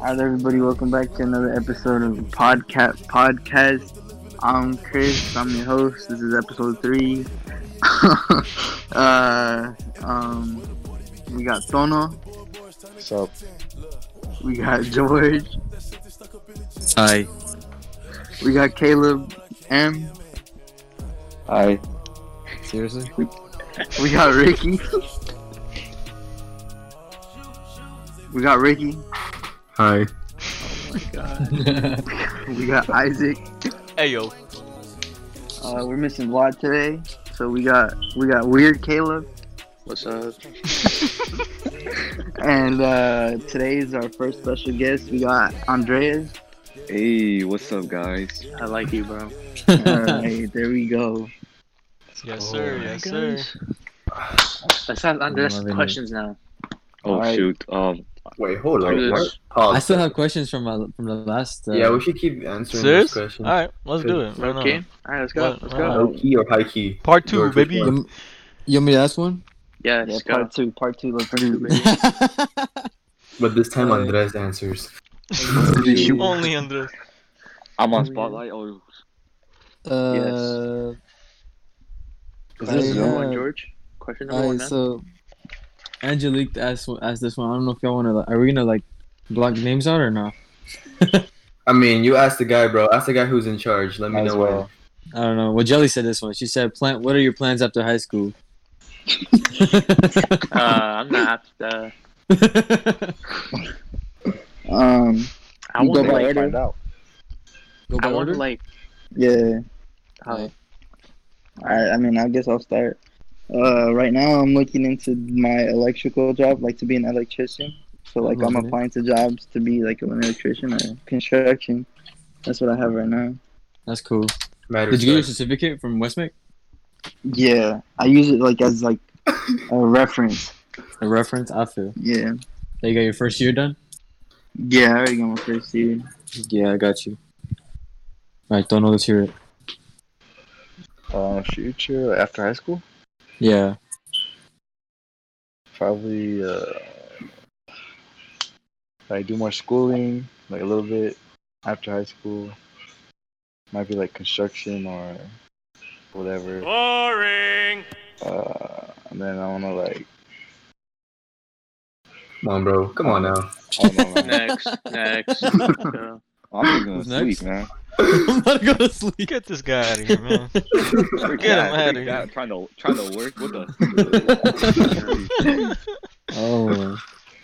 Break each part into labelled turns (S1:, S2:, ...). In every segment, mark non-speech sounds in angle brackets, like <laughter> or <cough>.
S1: Alright, everybody, welcome back to another episode of the podcast. Podcast. I'm Chris. I'm your host. This is episode three. <laughs> uh, um, we got Tono.
S2: So
S1: We got <laughs> George.
S3: Hi.
S1: We got Caleb. M.
S2: I
S3: Seriously?
S1: We got Ricky. we got Ricky.
S4: Hi.
S1: <laughs> We got Isaac.
S5: Hey yo,
S1: Uh, we're missing Vlad today, so we got we got weird Caleb. What's up? <laughs> and uh, today is our first special guest. We got Andreas.
S2: hey, what's up, guys?
S1: I like you, bro. All right, there we go.
S5: yes sir, yes sir.
S6: Let's have let's ask questions now.
S2: Oh
S1: Alright.
S2: shoot, um,
S4: Wait, hold on.
S6: Yes.
S4: What?
S3: I
S4: Pause.
S3: still have questions from my from the last. Uh,
S4: yeah, we should keep answering
S5: Serious?
S4: this question.
S5: All right, let's do it. Right
S6: Okay.
S5: now.
S6: All right, let's go.
S5: What-
S6: let's
S5: what-
S6: go.
S4: Low key or high key?
S5: Part two,
S4: George, which
S5: baby.
S4: one?
S3: You, you want me to ask one?
S6: Yeah,
S1: Yeah,
S6: let's go.
S1: part two. Part two. Let's do it.
S3: All
S4: But this time
S3: Alright.
S4: Andres answers.
S2: shoot.
S5: Only under.
S2: I'm on spotlight. Oh,
S3: uh,
S6: Is this
S3: Right,
S6: number
S3: uh,
S6: one, George? Question number one.
S3: alright,
S6: Now.
S3: so Angelique asked asked this one. I don't know if y'all wanna. Like, are we gonna like block names out or not?
S4: I mean, you ask the guy, bro. Ask the guy who's in charge. Let me
S2: Might as
S4: know
S2: well.
S4: when.
S3: I don't know. Well, Jelly said this one. She said, "Plan. What are your plans after high school?" <laughs>
S6: uh, I'm not. Uh,
S1: Um,
S6: I
S1: You go by
S6: want to like.
S1: order.
S2: out.
S3: Go by
S6: I want
S3: order.
S6: to like.
S1: yeah.
S6: Uh,
S1: All right. I mean, I guess I'll start. Uh, right now, I'm looking into my electrical job, like to be an electrician. So, like, I'm
S7: Mm-hmm.
S3: Lovely.
S1: applying to jobs to be like an electrician or construction. That's what I have right now.
S3: That's cool.
S4: Matters
S3: Did you get your
S4: does.
S3: certificate from Westmac?
S1: Yeah, I use it like as like a reference.
S3: A reference. I feel.
S1: Yeah,
S3: That you got your first year done.
S1: yeah. I already got my first year.
S3: Yeah, I got you. All right, don't know. Let's hear it.
S7: Uh, future after high school,
S3: Yeah.
S7: probably uh, like do more schooling, like a little bit after high school. Might be like construction or whatever. Boring. Uh, and then I
S2: <laughs>
S7: wanna like
S4: Come on, bro. Come on now.
S7: I don't know. man.
S6: next, next. Let's go.
S7: I'm just gonna
S3: Who's next?
S7: sleep, man.
S3: <laughs> I'm about to go to sleep.
S5: Get this guy out of here, man. Get
S7: <laughs>
S5: him out of here.
S2: Trying to trying to work with us.
S3: <laughs>
S2: <laughs>
S3: oh,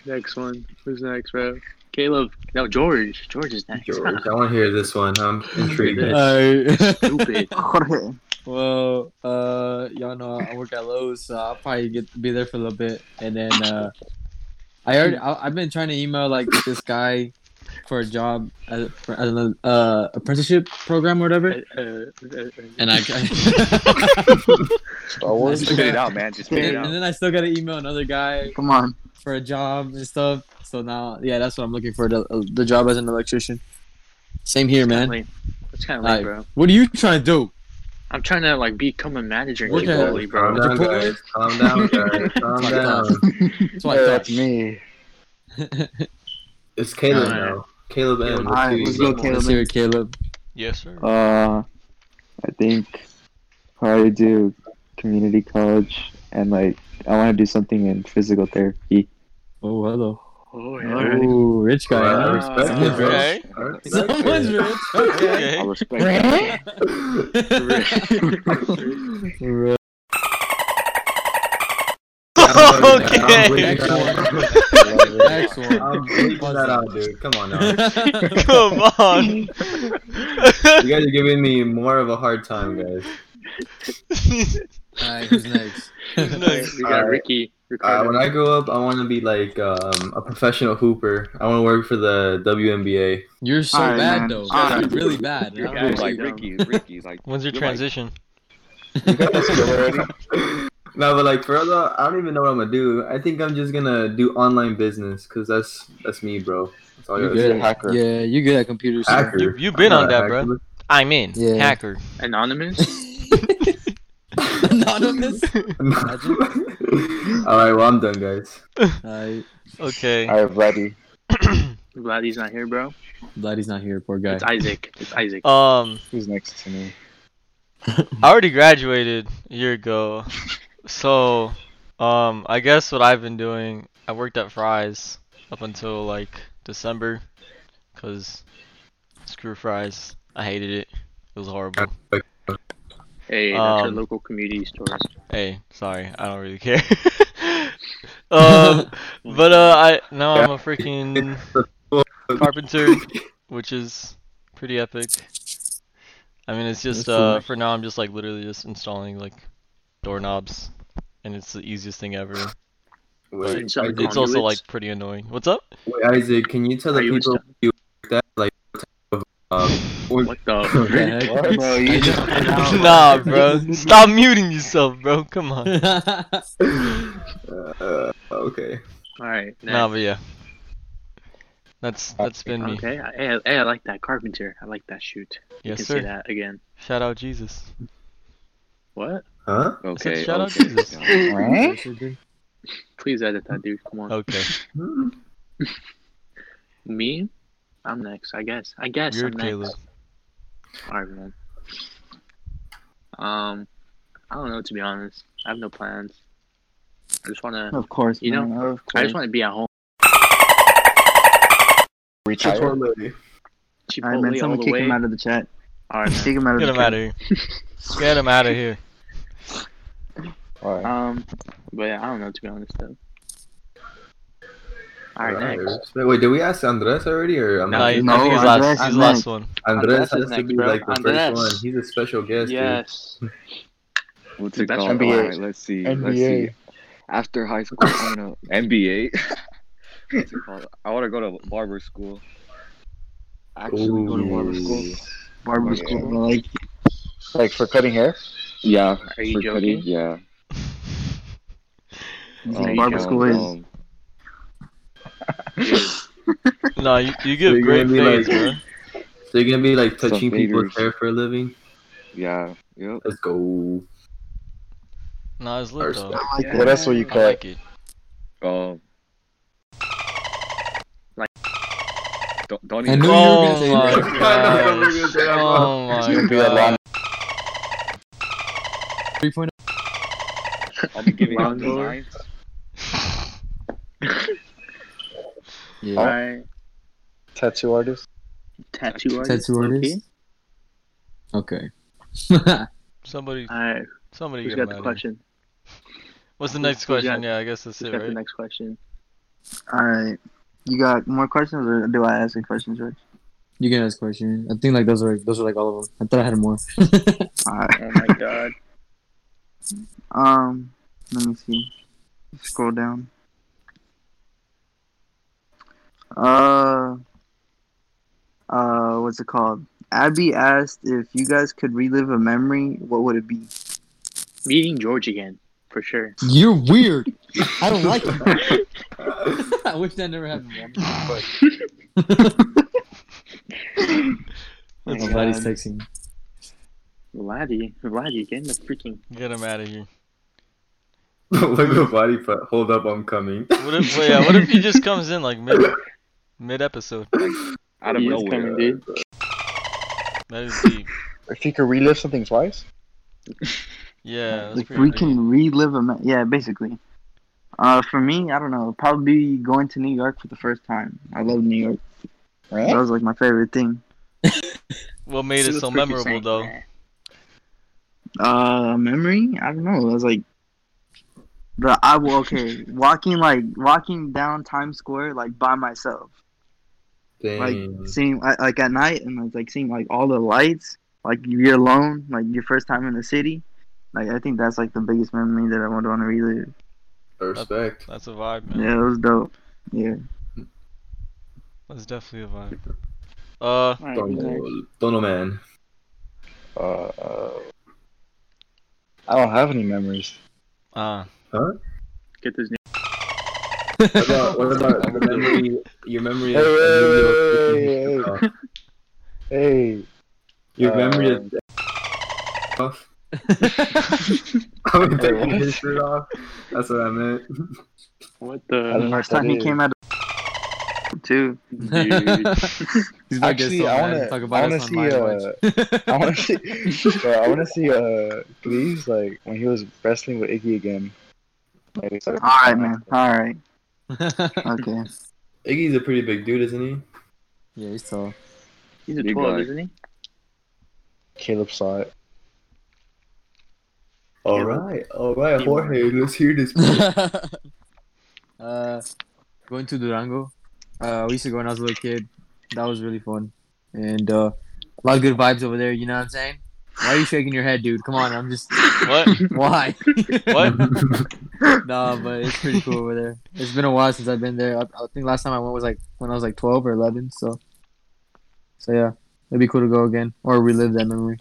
S6: next one. Who's next, bro? Caleb. No, George. George is next.
S4: George, I want to hear this one. I'm intrigued.
S3: Uh, alright.
S6: Stupid.
S1: Jorge.
S3: <laughs> well, uh, y'all know I work at Lowe's, so I'll probably get be there for a little bit, and then uh, I already I, I've been trying to email like this guy for a job as, for, as an uh, apprenticeship program or
S6: Uh,
S3: whatever,
S6: uh, uh, uh,
S3: and I. <laughs>
S7: Star Wars.
S3: Just spit
S7: Just spit
S3: it
S7: it out, man. Just
S1: spit
S7: spit
S1: it
S3: And,
S7: it
S1: Yeah.
S3: and then I still gotta email another guy
S1: Come on.
S3: for a job and stuff. So now, yeah, that's what I'm looking for the, the job as an electrician. Same here, man.
S6: lame. That's kind of lame,
S3: Aye.
S6: bro.
S3: What are you trying to do?
S6: I'm trying to like become a manager in
S3: Work at-
S6: Chipotle,
S4: Calm
S6: bro.
S4: down,
S3: Chipotle?
S4: guys. Calm down, guys.
S3: <laughs>
S4: Calm down.
S3: That's what I thought.
S7: That's me.
S4: It's Caleb
S6: Alright.
S4: now. Caleb M.
S1: All right,
S4: do
S1: let's
S4: you
S1: go,
S4: got?
S3: Let's
S1: Caleb.
S3: hear it, Caleb.
S5: Yes sir.
S7: Uh, I think probably do community college and like I want to do something in physical therapy.
S3: Oh, hello.
S6: Oh, yeah.
S1: Alright.
S3: Oh, rich guy.
S4: Alright, I
S3: huh?
S4: respect it,
S3: Someone's
S4: bro.
S5: rich.
S4: I respect it.
S3: Someone's rich. Okay.
S7: I
S5: Okay.
S7: respect. that.
S4: <laughs>
S3: Rich.
S5: okay.
S4: Next one.
S3: Next
S4: I'm
S3: one.
S4: bleeping that out, dude. Come on now.
S5: <laughs> Come
S6: <laughs>
S5: on.
S4: You guys are giving me more of a hard time, guys.
S3: Alright, who's next?
S5: Who's next?
S6: We got
S4: Alright.
S6: Ricky.
S4: Uh,
S6: Ricardo.
S4: when I grow up, I want to be like um, a professional hooper. I want to work for the WNBA.
S3: You're so
S1: Alright,
S3: bad
S1: man.
S3: though.
S1: Alright.
S3: You're really bad.
S6: You're
S3: I don't
S6: like
S3: know.
S6: Ricky,
S2: Ricky, like
S5: When's your
S2: You're like-
S5: transition?
S4: <laughs> No, but like for real though, I don't even know what I'm gonna do. I think I'm just gonna do online business because that's that's me, bro. That's all I
S3: You're
S4: gotta say.
S3: good.
S7: a hacker.
S3: Yeah, you're good at computers. sir. <laughs>
S4: Hacker.
S5: You- you've been
S4: I'm
S5: on
S4: not a
S5: that, bro.
S4: hacker.
S5: I'm in.
S3: Yeah.
S5: Hacker.
S6: Anonymous.
S3: Anonymous.
S4: <laughs> all right, well I'm done, guys.
S3: Alright.
S5: Okay.
S7: All right, buddy.
S6: I'm glad he's not here, bro.
S3: Glad he's not here, poor guy.
S6: It's Isaac. It's Isaac.
S5: Um,
S7: Who's next to me?
S5: I already graduated a year ago, so um, I guess what I've been doing, I worked at Fry's up until like December, cause screw Fry's, I hated it. It was horrible.
S6: hey, that's your
S5: um,
S6: local community store.
S5: Hey, sorry, I don't really care. <laughs> um,
S6: <laughs>
S5: but uh, I now I'm a freaking carpenter, which is pretty epic. I mean, it's just
S3: That's cool.
S5: uh, for now I'm just like literally just installing like doorknobs, and it's the easiest thing ever.
S4: Wait,
S6: It's like
S4: Isaac,
S5: It's also
S6: Conduits?
S5: like pretty annoying.
S6: <laughs>
S5: What's up?
S4: wait, Isaac, can you tell the
S6: Are you
S4: people you worked at, like what type of um, or-
S6: What
S3: <laughs>
S6: the?
S3: What the heck?
S7: What?
S1: Bro, you just
S6: <laughs>
S5: <laughs> nah, bro, stop muting yourself, bro. Come on.
S4: uh, okay.
S6: All right.
S5: Nah, but yeah, that's that's been me.
S6: Okay. I- Hey, I, hey, I like that carpenter. I like that shoot. You
S5: Yes,
S6: can say
S5: sir.
S6: that again.
S5: Shout out Jesus.
S6: What?
S4: Huh?
S5: said
S2: Okay.
S5: shout out
S2: okay.
S6: <laughs>
S5: Jesus.
S2: yeah.
S7: Huh?
S6: Please edit that, dude. Come on.
S5: Okay.
S4: Hmm?
S6: Me? I'm next, I guess. I guess
S5: Weird,
S6: I'm next. <laughs>
S5: Caleb.
S6: Alright, man. Um, I don't know to be honest. I have no plans. I just wanna,
S1: Of course,
S6: You know,
S1: man, of
S6: I
S1: course.
S6: just wanna be at home.
S7: Retired.
S4: Chipotle.
S1: All right,
S6: Chipotle
S1: man,
S6: all
S1: someone
S6: the
S1: kick
S6: way.
S1: him out of the chat.
S6: Alright, man.
S1: Kick him out of
S5: Get
S1: the
S5: him out
S1: chat.
S5: of here. Get him out of here.
S7: Alright.
S6: Um, but yeah, I don't know to be honest though. Alright,
S4: Alright.
S6: next.
S4: Wait, did we ask Andres already, or am
S5: No,
S4: I?
S5: I
S1: No,
S5: think he's
S1: Andres
S5: last. He's
S1: is
S5: last one.
S4: Andres
S6: Andres
S4: has
S6: is
S4: to
S6: next,
S4: be
S6: bro.
S4: like the
S6: Andres.
S4: first one. He's a special guest. dude.
S6: Yes.
S2: What's it
S6: That's
S2: called?
S7: NBA.
S2: All right, let's see. Let's see.
S7: NBA.
S2: After high school, I'm gonna NBA. <laughs> What's it called? I want to go to barber school. Actually, go to barber school.
S4: Ooh.
S1: Barber
S2: Yeah.
S1: school, bro, like,
S7: Like for cutting hair?
S2: Yeah.
S6: Are you
S2: for cutting,
S6: joking?
S2: Yeah.
S6: Are you
S1: Oh, barber
S6: joking?
S1: school is.
S2: um,
S5: No, you, you give
S4: you're
S5: great
S4: gonna be
S5: fades,
S4: like-
S5: bro.
S4: So you're gonna be like touching
S2: Some
S4: people's
S2: haters.
S4: hair for a living?
S2: yeah. Yep.
S4: Let's go. <laughs>
S5: No, it's lit
S4: First
S5: though.
S4: up.
S1: I like
S7: What else will you
S5: I
S7: cut?
S5: like it.
S2: Um. Don't, don't
S3: I
S2: even.
S3: knew you were gonna say
S5: Oh my
S3: that.
S5: gosh. Oh
S7: Gonna
S5: my
S7: be a
S5: god.
S7: lot.
S3: <laughs> Three point. oh?
S2: I'll be giving out
S6: Round door.
S2: designs.
S3: Yeah.
S6: Alright.
S7: Tattoo artist?
S6: Tattoo artist.
S3: Tattoo artist?
S6: Okay.
S3: Okay. <laughs>
S5: Somebody,
S6: Alright,
S5: somebody
S6: who's
S5: get him
S6: got
S5: out
S6: the
S5: of here.
S6: question?
S5: What's the
S6: Who's-
S5: next
S6: who's got-
S5: question? Yeah, I guess that's
S6: Who's
S5: it,
S6: got the
S5: right?
S6: next question?
S1: All right, you got more questions, or do I ask a question, George?
S3: you can ask questions. I think like those are those are like all of them. I thought I had more. <laughs>
S1: All right.
S6: Oh my god.
S1: <laughs> Um, let me see. Scroll down. Uh, uh, what's it called? Abby asked if you guys could relive a memory, what would it be?
S6: Meeting George again, for sure.
S3: You're weird. I don't like you. <laughs> I wish that never happened. man. But...
S1: That's
S3: Somebody's
S1: bad.
S3: texting.
S6: Vladdy, Vladdy, getting the freaking
S5: Get him out of here.
S4: Look at body part. Hold up, I'm coming.
S5: What if? Well, yeah, what if he just comes in like mid mid episode?
S2: Out of
S6: He is
S2: nowhere.
S6: coming, dude.
S5: That is deep.
S7: If you could relive something twice?
S5: Yeah, that's
S1: Like
S5: pretty.
S1: we
S5: deep.
S1: can relive a me- yeah, basically. Uh, for me, I don't know. Probably going to New York for the first time. I love New York. That was like my favorite thing.
S5: What made
S6: See
S5: it
S6: the
S5: so
S6: freaking
S5: memorable
S6: thing.
S5: though?
S1: Uh, memory? I don't know. It was like the I will
S5: <laughs>
S1: okay walking like walking down Times Square like by myself, like
S4: Dang.
S1: seeing like, like at night and like, like seeing like all the lights. Like you're alone, like your first time in the city. Like I think that's like the biggest memory that I would want to relive.
S6: uh,
S4: Respect.
S5: That's a vibe, man.
S1: Yeah, it was dope. Yeah.
S5: That's definitely a vibe. Uh,
S6: Alright, who's next?
S4: Don't don't know, man.
S7: Uh, uh, I don't have any memories.
S5: ah,
S6: Get this
S4: What about, what about the memory? Your memory.
S7: Hey,
S4: of-
S7: hey, hey, hey, Hey,
S4: Your memory is off. <laughs> I'm taking
S7: what?
S4: his shirt off. That's what I meant.
S6: What
S7: I don't
S6: the? <laughs>
S7: know
S1: First
S7: what
S1: time
S7: that
S1: he
S7: is.
S1: came out too.
S3: <laughs> He's gonna get
S7: Actually,
S3: so
S7: I
S3: mad
S7: wanna-
S3: and talk
S7: I
S3: about
S7: wanna
S3: us on
S7: see,
S3: my
S7: uh,
S3: watch.
S7: I want
S1: <laughs>
S7: to see. bro, I want to see uh Cleves like when he was wrestling with Iggy again. Like, it's like-
S1: All right, man. All right. Okay.
S4: Iggy's a pretty big dude, isn't he?
S3: <laughs> yeah, he's tall.
S6: He's a
S2: Big
S6: 12,
S2: guy.
S6: isn't he?
S7: Caleb saw it.
S4: All right, all right, Jorge, let's hear <laughs>
S3: <laughs>
S4: this.
S3: uh, going to Durango. Uh, we used to go when I was a little kid. That was really fun, and uh, a lot of good vibes over there. You know what I'm saying? Why are you shaking your head, dude? Come on, I'm just <laughs>
S5: What?
S3: why?
S5: What?
S3: nah, but it's pretty cool over there. It's been a while since I've been there. I, I think last time I went was like when I was like 12 or 11. So, so yeah, it'd be cool to go again or relive that memory.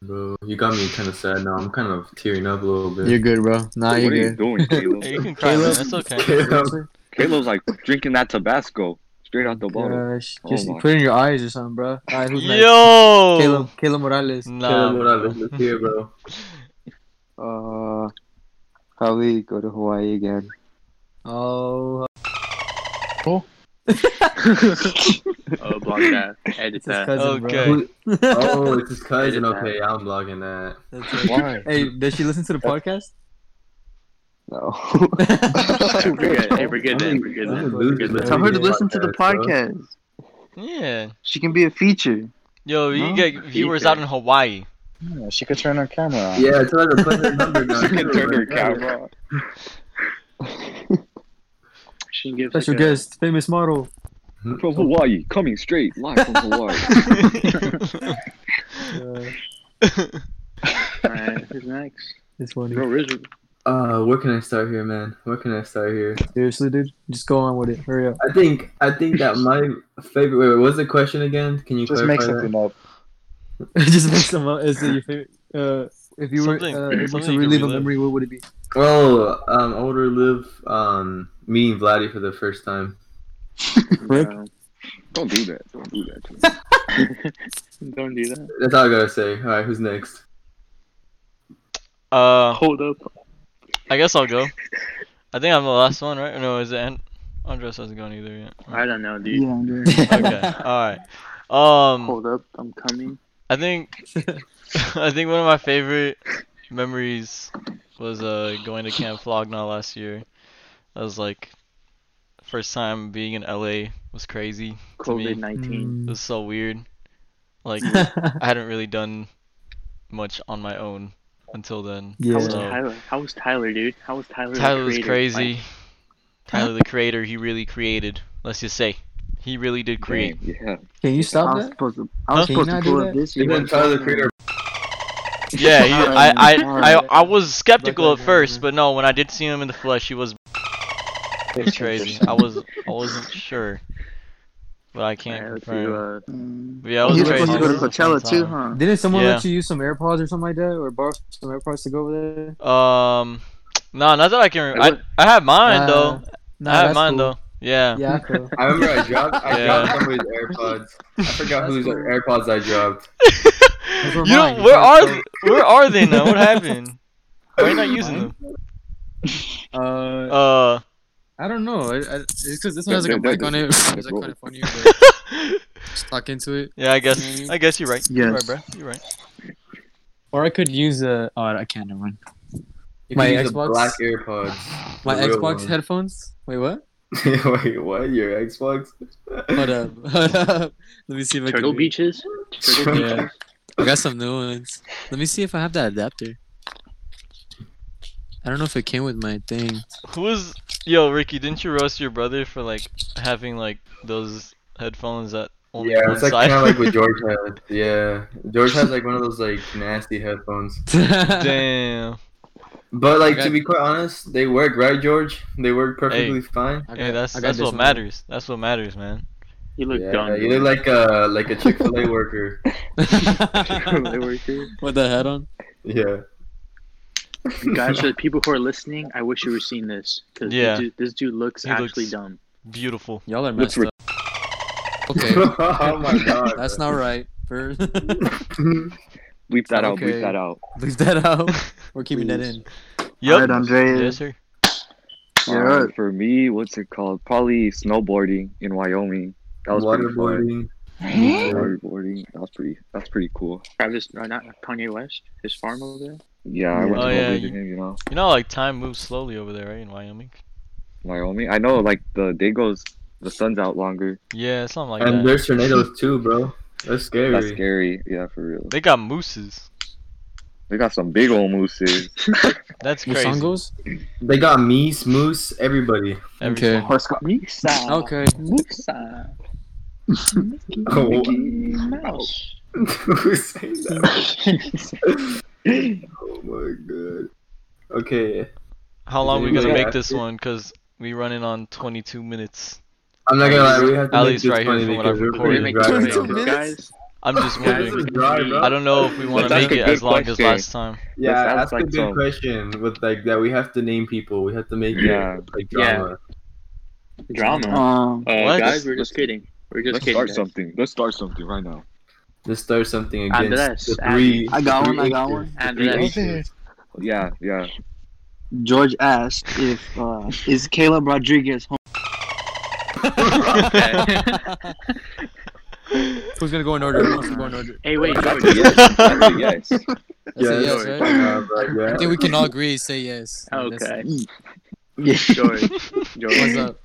S4: Bro, you got me kind of sad now. I'm kind of tearing up a little bit.
S3: You're good, bro. Nah,
S2: what are you
S3: you're good.
S2: doing,
S5: Hey,
S2: Caleb?
S5: you can cry, man. It's okay.
S4: Caleb,
S2: Caleb's like drinking that Tabasco straight out the bottle.
S3: Gosh,
S2: Oh
S3: just
S2: my.
S3: put it in your eyes or something, bro. All right, who's next?
S5: Yo.
S3: Caleb, Caleb Morales.
S5: Nah.
S4: Caleb, what up? Let's hear, it, <laughs> bro.
S1: Uh, probably go to Hawaii again.
S3: Oh,
S6: Oh, block that.
S3: it's
S6: Edit
S3: his
S6: that.
S3: cousin, <laughs>
S5: Okay.
S4: Who-
S3: bro.
S4: Oh, it's his cousin.
S6: Edit that.
S4: Okay, I'm blogging that.
S3: That's it.
S7: Why?
S3: Hey, does she listen to the <laughs> podcast?
S1: No. <laughs>
S6: Hey, we're good. Hey, we're good then. We're good
S4: I'm
S6: then.
S4: a
S6: We're
S4: loser,
S6: good then.
S4: man.
S1: Tell her to listen to the
S4: Podcast, bro.
S1: podcast.
S5: Yeah.
S1: She can be a feature.
S5: Yo, you
S1: No,
S5: get viewers out in Hawaii.
S7: Yeah, she could turn her camera on.
S4: Yeah, tell her to play her
S1: <laughs>
S4: number now.
S2: She can turn her camera. on.
S6: She gives
S3: Special guest, famous model.
S2: From Hawaii, coming straight live from Hawaii.
S3: Uh,
S6: <laughs> Alright, who's next?
S3: it's funny.
S6: Bro, Rizzo.
S4: Uh, where can I start here, man? Where can I start here?
S3: Seriously, dude, just go on with it. Hurry up.
S4: I think I think that my favorite. Wait, what was the question again? Can you
S7: Just
S4: clarify
S7: make
S4: that?
S7: something up.
S3: <laughs> just make some up. Is it your favorite? Uh, if you
S5: Something-
S3: were uh, able
S5: something
S3: to
S5: you can
S3: relive a
S5: relive.
S3: memory, what would it be?
S4: Oh, um, I would relive um meeting Vladdy for the first time.
S3: Rick?
S6: No, <laughs>
S2: Don't do that. Don't do that. to me.
S6: don't do that.
S4: That's all I gotta say. All right, who's next?
S5: Uh,
S6: Hold up.
S5: I guess I'll go. I think I'm the last one, right? No, is it? An- Andres hasn't gone either yet.
S6: I don't know, dude.
S1: Yeah. yeah.
S3: <laughs>
S5: Okay. All right. Um,
S6: Hold up. I'm coming.
S5: I think <laughs> I think one of my favorite memories was uh going to Camp Flogna last year. That was like first time being in LA was crazy. To me.
S6: COVID 19.
S3: Mm.
S5: It was so weird. Like I hadn't really done much on my own until then.
S3: Yeah.
S6: How was
S5: So-
S6: Tyler? How was Tyler, dude? How was Tyler? the
S5: Tyler was
S6: creator?
S5: crazy.
S6: Like,
S5: Tyler the creator, he really created. Let's just say, he really did create.
S2: Dang, yeah.
S3: <laughs> Can you
S1: I
S3: stop
S1: was
S3: that?
S1: supposed to. I was
S5: Huh?
S1: supposed
S3: Can
S1: to
S3: you
S1: pull
S3: not do
S1: up
S3: that?
S1: this year. <laughs>
S5: Yeah, he, I, I, I, I was skeptical
S3: Like
S5: at
S3: that, yeah.
S1: uh,
S5: first, but no, when I did see him in the flesh,
S1: <laughs>
S5: he was crazy. I was, I wasn't sure, but I can't
S6: alright, let's see,
S5: confirm.
S6: uh,
S1: Mm.
S5: But yeah, it
S3: Oh,
S5: was
S1: He was
S5: crazy.
S1: supposed to go
S5: It
S1: to
S5: was a fun
S1: Coachella too,
S3: <laughs>
S5: time.
S1: huh?
S3: Didn't someone
S5: Yeah.
S3: let you use some AirPods or something like that, or borrow some AirPods to go over there?
S5: Um, no, not that I can.
S6: It
S5: Remember. I, I had mine
S3: Uh,
S5: though.
S3: Nah,
S5: I had
S3: that's
S5: mine
S3: cool.
S5: though. Yeah. <laughs>
S3: Yeah, I feel-
S4: I remember I dropped I
S5: Yeah.
S4: dropped somebody's AirPods. I forgot
S3: That's
S4: whose
S3: cool.
S4: AirPods I dropped.
S3: were
S5: you don't-
S3: mine. <laughs>
S5: where are
S3: That's
S5: th- where are they now? What happened? Why are you not using them?
S3: <laughs> Uh,
S5: Uh, <laughs>
S3: I don't know. I, I, it's because this one
S2: Yeah,
S3: has like a
S2: that-
S3: mic
S2: that-
S3: on it.
S2: that's
S3: <laughs> It's like
S2: what-
S3: kind of
S2: <laughs>
S3: funny, but just talk into it.
S5: yeah, I guess I guess you're right. You're right,
S1: Mm. Yes.
S5: bro. You're right.
S3: Or I could use a. Oh, I can't. Never mind.
S4: You
S3: My
S4: can use the
S3: Xbox?
S4: black AirPods.
S3: My
S4: The real
S3: Xbox
S4: one.
S3: headphones. Wait, <laughs> what?
S4: <laughs> Wait, what? Your Xbox?
S3: Hold up. <laughs> Hold up. Let me see if I
S6: Turtle
S3: can.
S6: Beaches? Turtle
S4: Turtle-
S6: Beaches?
S3: I got some new ones. Let me see if I have that adapter. I don't know if it came with my <laughs> thing.
S5: Who was yo Ricky? Didn't you roast your brother for like having like those headphones that only
S4: yeah,
S5: one
S4: it's like
S5: side?
S4: kind of
S5: <laughs>
S4: like what George had. Yeah, George has like one of those like nasty headphones.
S5: Damn.
S4: But like
S3: Okay.
S4: to be quite honest, they work, right, George? They work perfectly fine.
S3: <laughs> I got-
S5: Hey, that's
S3: I got
S5: that's
S3: this
S5: what
S3: one.
S2: <laughs>
S3: <laughs>
S5: matters. That's what matters, man.
S6: You look
S4: Yeah,
S6: dumb.
S4: you look like a like a Chick Fil A worker.
S6: They
S3: with
S6: were here.
S3: the head on.
S4: Yeah.
S6: <laughs> Guys, for the people who are listening, I wish you were seeing this. Because
S5: Yeah.
S6: this, dude, this dude looks
S5: He
S6: actually
S5: looks-
S6: dumb.
S5: Beautiful. <laughs>
S3: Y'all are
S2: Looks
S3: messed up. Okay,
S2: <laughs>
S4: oh <laughs> my god.
S3: that's not right. Bro. <laughs>
S2: Bleep that out.
S3: Okay.
S2: Bleep that out.
S3: Leave that out. We're keeping that in.
S5: Yep.
S1: Alright, Andreas.
S5: Yes, sir.
S1: Yeah.
S2: Um, for me, what's it called? Probably snowboarding in Wyoming. That was pretty fun.
S4: Waterboarding.
S2: Waterboarding. That was pretty. That's pretty cool.
S6: Travis, no, not Kanye West, his farm over there.
S2: Yeah, I
S4: Yeah.
S2: went to
S5: Oh,
S2: go
S5: yeah,
S2: visit
S5: you-
S2: him. You know,
S5: You know, like time moves slowly over there, right? In Wyoming.
S2: Wyoming. I know, like the day goes, the sun's out longer.
S5: Yeah, something like
S4: and
S5: that.
S4: there's tornadoes too, bro. That's scary.
S2: That's scary. Yeah, for real.
S5: They got mooses.
S2: They got some big old mooses.
S5: That's crazy.
S3: Musongos?
S4: They got meese, moose, everybody. <laughs>
S5: Every
S3: Okay.
S5: single-
S1: Horse Misa.
S3: Okay.
S6: Musa.
S1: <laughs>
S4: Oh,
S2: Mickey
S6: Mouse.
S4: Who says that? oh my god. Okay,
S5: How long we gonna
S4: Yeah.
S5: make this one? Cause we running on 22 minutes.
S4: I'm not gonna lie. We have to
S5: At
S4: make
S5: least
S4: this
S5: right here
S4: funny
S5: from what I've
S4: because we're
S6: We're gonna
S4: pretty
S6: make
S5: recorded.
S4: dry
S6: this
S4: now,
S6: video,
S4: bro.
S6: guys.
S4: <laughs>
S5: I'm just
S4: Yeah, this is
S5: wondering.
S4: dry, bro.
S5: I don't know if we want to
S2: That's
S5: make
S2: a
S5: it
S2: good
S5: as long as
S2: question.
S4: <laughs>
S5: last time.
S4: Yeah,
S2: That sounds
S4: that's
S2: like
S4: a good
S2: some-
S4: question. With like that, we have to name people. We have to make
S2: Yeah.
S4: it like
S6: Yeah.
S4: drama.
S6: Drama.
S1: Um,
S6: Uh,
S5: What?
S6: guys, we're just kidding. We're just
S2: Let's
S6: kidding.
S2: start
S6: guys.
S2: something. Let's start something right now.
S4: Let's start something against
S6: Andres,
S4: the
S6: Andres.
S4: three.
S1: I got
S4: the
S1: one, I got
S4: three
S1: one.
S4: aces.
S6: Andres.
S4: The three aces.
S2: Yeah, yeah.
S1: George asked if uh, is Caleb Rodriguez home.
S3: Who's gonna go in order? Who wants to go in
S6: <laughs>
S3: order?
S6: Hey, wait, George.
S2: Yes, that's a yes.
S3: That's a
S4: Yes.
S3: yes, right?
S4: Yeah, bro, yeah.
S3: I think we can all agree. Say yes.
S6: Okay,
S1: <laughs> Yeah.
S6: George. George.
S3: What's up?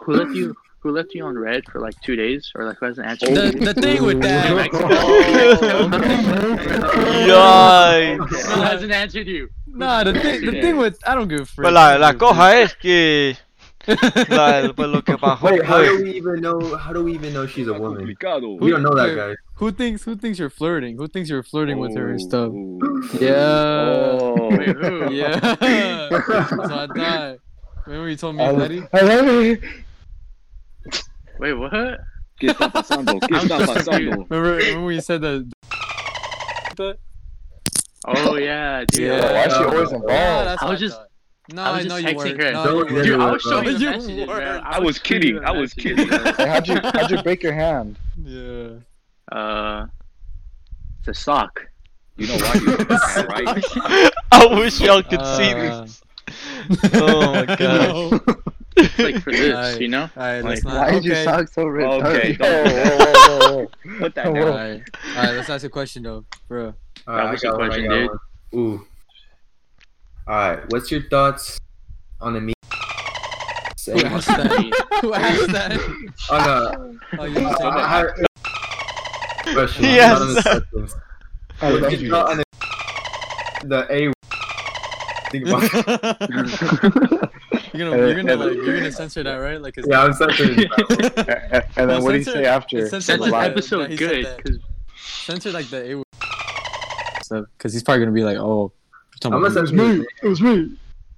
S6: Who left you? Who left you on red for like two days, or like who hasn't answered?
S3: The,
S6: you?
S3: Oh. the thing with
S6: <laughs>
S3: that,
S5: Yikes.
S6: Who hasn't answered you?
S3: nah. The thing, the thing with I don't give a frick.
S5: But la, la coja es que. La, pues lo que bajó
S4: Wait, how do
S5: fue.
S4: we even know? How do we even know she's a woman?
S2: Complicado.
S4: We don't know that guy.
S3: <laughs> Who thinks who thinks you're flirting? Who thinks you're flirting with her and stuff?
S2: Oh.
S3: Yeah.
S2: Oh.
S6: Wait, who? <laughs>
S3: Yeah. <laughs> That's what I thought. Remember you told me, buddy?
S6: Wait, what?
S2: ¿Qué está pasando? ¿Qué está pasando?
S3: Remember remember you said that
S6: Oh yeah, dude.
S3: Yeah.
S7: Why is she always
S3: Yeah,
S7: involved?
S3: that's
S6: Oh, I
S3: what
S6: was just-
S3: thought. No,
S6: I
S3: I,
S6: was
S3: know
S6: just
S3: you
S6: texting
S3: weren't.
S6: her.
S3: No,
S4: Don't
S3: you
S4: do
S3: weren't.
S6: Dude, I
S4: Yeah,
S6: was showing you
S3: You
S6: the messages,
S3: were.
S6: bro.
S2: I was
S6: showing
S2: kidding.
S6: you the
S2: I was
S6: messages.
S2: kidding.
S7: Like, how'd you how'd you break your hand?
S3: Yeah.
S6: Uh, it's a sock.
S2: You know why you
S6: <laughs>
S2: right?
S5: <laughs> I wish y'all could see
S3: Uh,
S5: this. Ah. Oh my god.
S3: No.
S6: It's
S3: <laughs>
S6: like for this,
S3: Alright.
S6: you know.
S3: Alright,
S6: Like,
S3: let's not.
S1: Why is your
S3: okay.
S1: sock so ripped? up?
S2: Uh, Okay,
S7: Whoa,
S1: <laughs>
S2: don't
S7: whoa, whoa, whoa, whoa.
S2: put that
S7: Oh,
S2: down.
S7: whoa.
S3: Alright, alright. Let's ask a question though, bro.
S4: Alright,
S6: That was
S4: I
S6: the
S4: got one, I
S6: question,
S4: got
S6: dude.
S4: one. Ooh. Alright, what's your thoughts on a me? Say-
S3: Who asked that? Who asked that?
S4: on
S3: Oh, you
S4: a
S3: just said <laughs> that.
S4: I- I- question.
S5: He
S4: not on
S5: asked
S4: the
S5: that.
S4: sentence.
S7: I
S4: What's
S7: love
S4: your
S7: you.
S4: thought on a the a? Think about it.
S3: You're gonna, you're gonna, like, you're gonna censor that, right? Like, it's
S4: Yeah, I'm
S7: <laughs>
S4: censoring.
S7: A- a- And then
S3: No,
S7: what do you
S3: censor-
S7: say after?
S3: censor
S6: That's
S3: like
S6: this
S3: that.
S7: Lie.
S6: episode
S3: He said
S6: good
S3: that.
S6: because
S3: censor like the it was stuff because he's probably gonna be like, oh,
S4: I'm gonna censor. His name.
S1: It was me.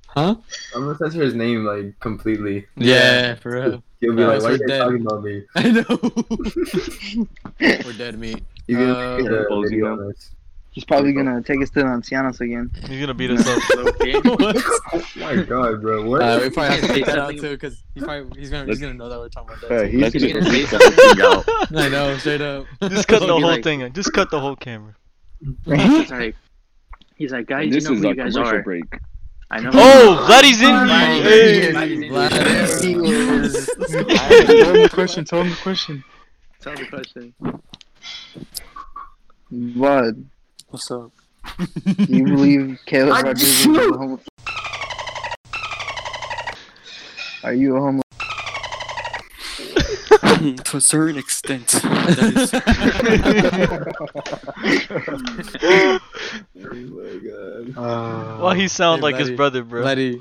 S3: huh?
S4: I'm gonna censor his name like completely.
S3: Yeah, for real.
S4: He'll be
S3: Yeah,
S4: like,
S3: so
S4: "Why are you guys
S3: we're dead.
S4: talking about me?"
S3: <laughs> I <laughs> know. We're dead meat.
S7: You
S3: Uh,
S7: gonna
S4: The
S2: Exposing
S4: video
S2: them.
S4: on this.
S1: He's probably gonna take us to the Ancianos again.
S5: <laughs> He's gonna beat us <laughs> up.
S3: <laughs> What?
S4: Oh my god, bro! What?
S3: Uh, we probably have to
S6: Say
S3: take that out
S6: something.
S3: too because he probably he's gonna he's gonna know that we're talking about <laughs>
S7: uh,
S3: that.
S7: he's
S2: Let's
S7: gonna
S2: just
S6: gonna
S7: <laughs>
S2: take
S6: say
S2: something out.
S6: <laughs>
S3: I know, straight <laughs> up.
S5: Just cut the
S6: He'll be
S5: whole
S6: like-
S5: thing. Just cut the whole camera.
S6: he's like, he's like, guys,
S2: And
S6: you
S2: this
S6: know
S2: is
S6: who
S2: our
S6: you guys
S2: commercial
S6: are. <laughs>
S2: break.
S6: I know.
S5: Oh, Vladdy's in
S6: Vlad-
S5: here.
S6: Vlad-
S5: Hey.
S6: Vlad-
S3: Vlad-
S6: Vlad-
S1: <laughs>
S3: <laughs>
S1: Tell him the question. Tell him the question.
S6: Tell the question.
S1: What?
S3: What's
S2: <laughs>
S3: up?
S1: Do you believe Caleb Rodriguez is a homo? Are you a homo?
S8: to a certain extent.
S5: <laughs>
S4: Oh my god.
S5: Why he sound
S3: Hey,
S5: like his
S3: Vladdy.
S5: brother,
S3: <laughs>
S5: bro?
S3: Letty.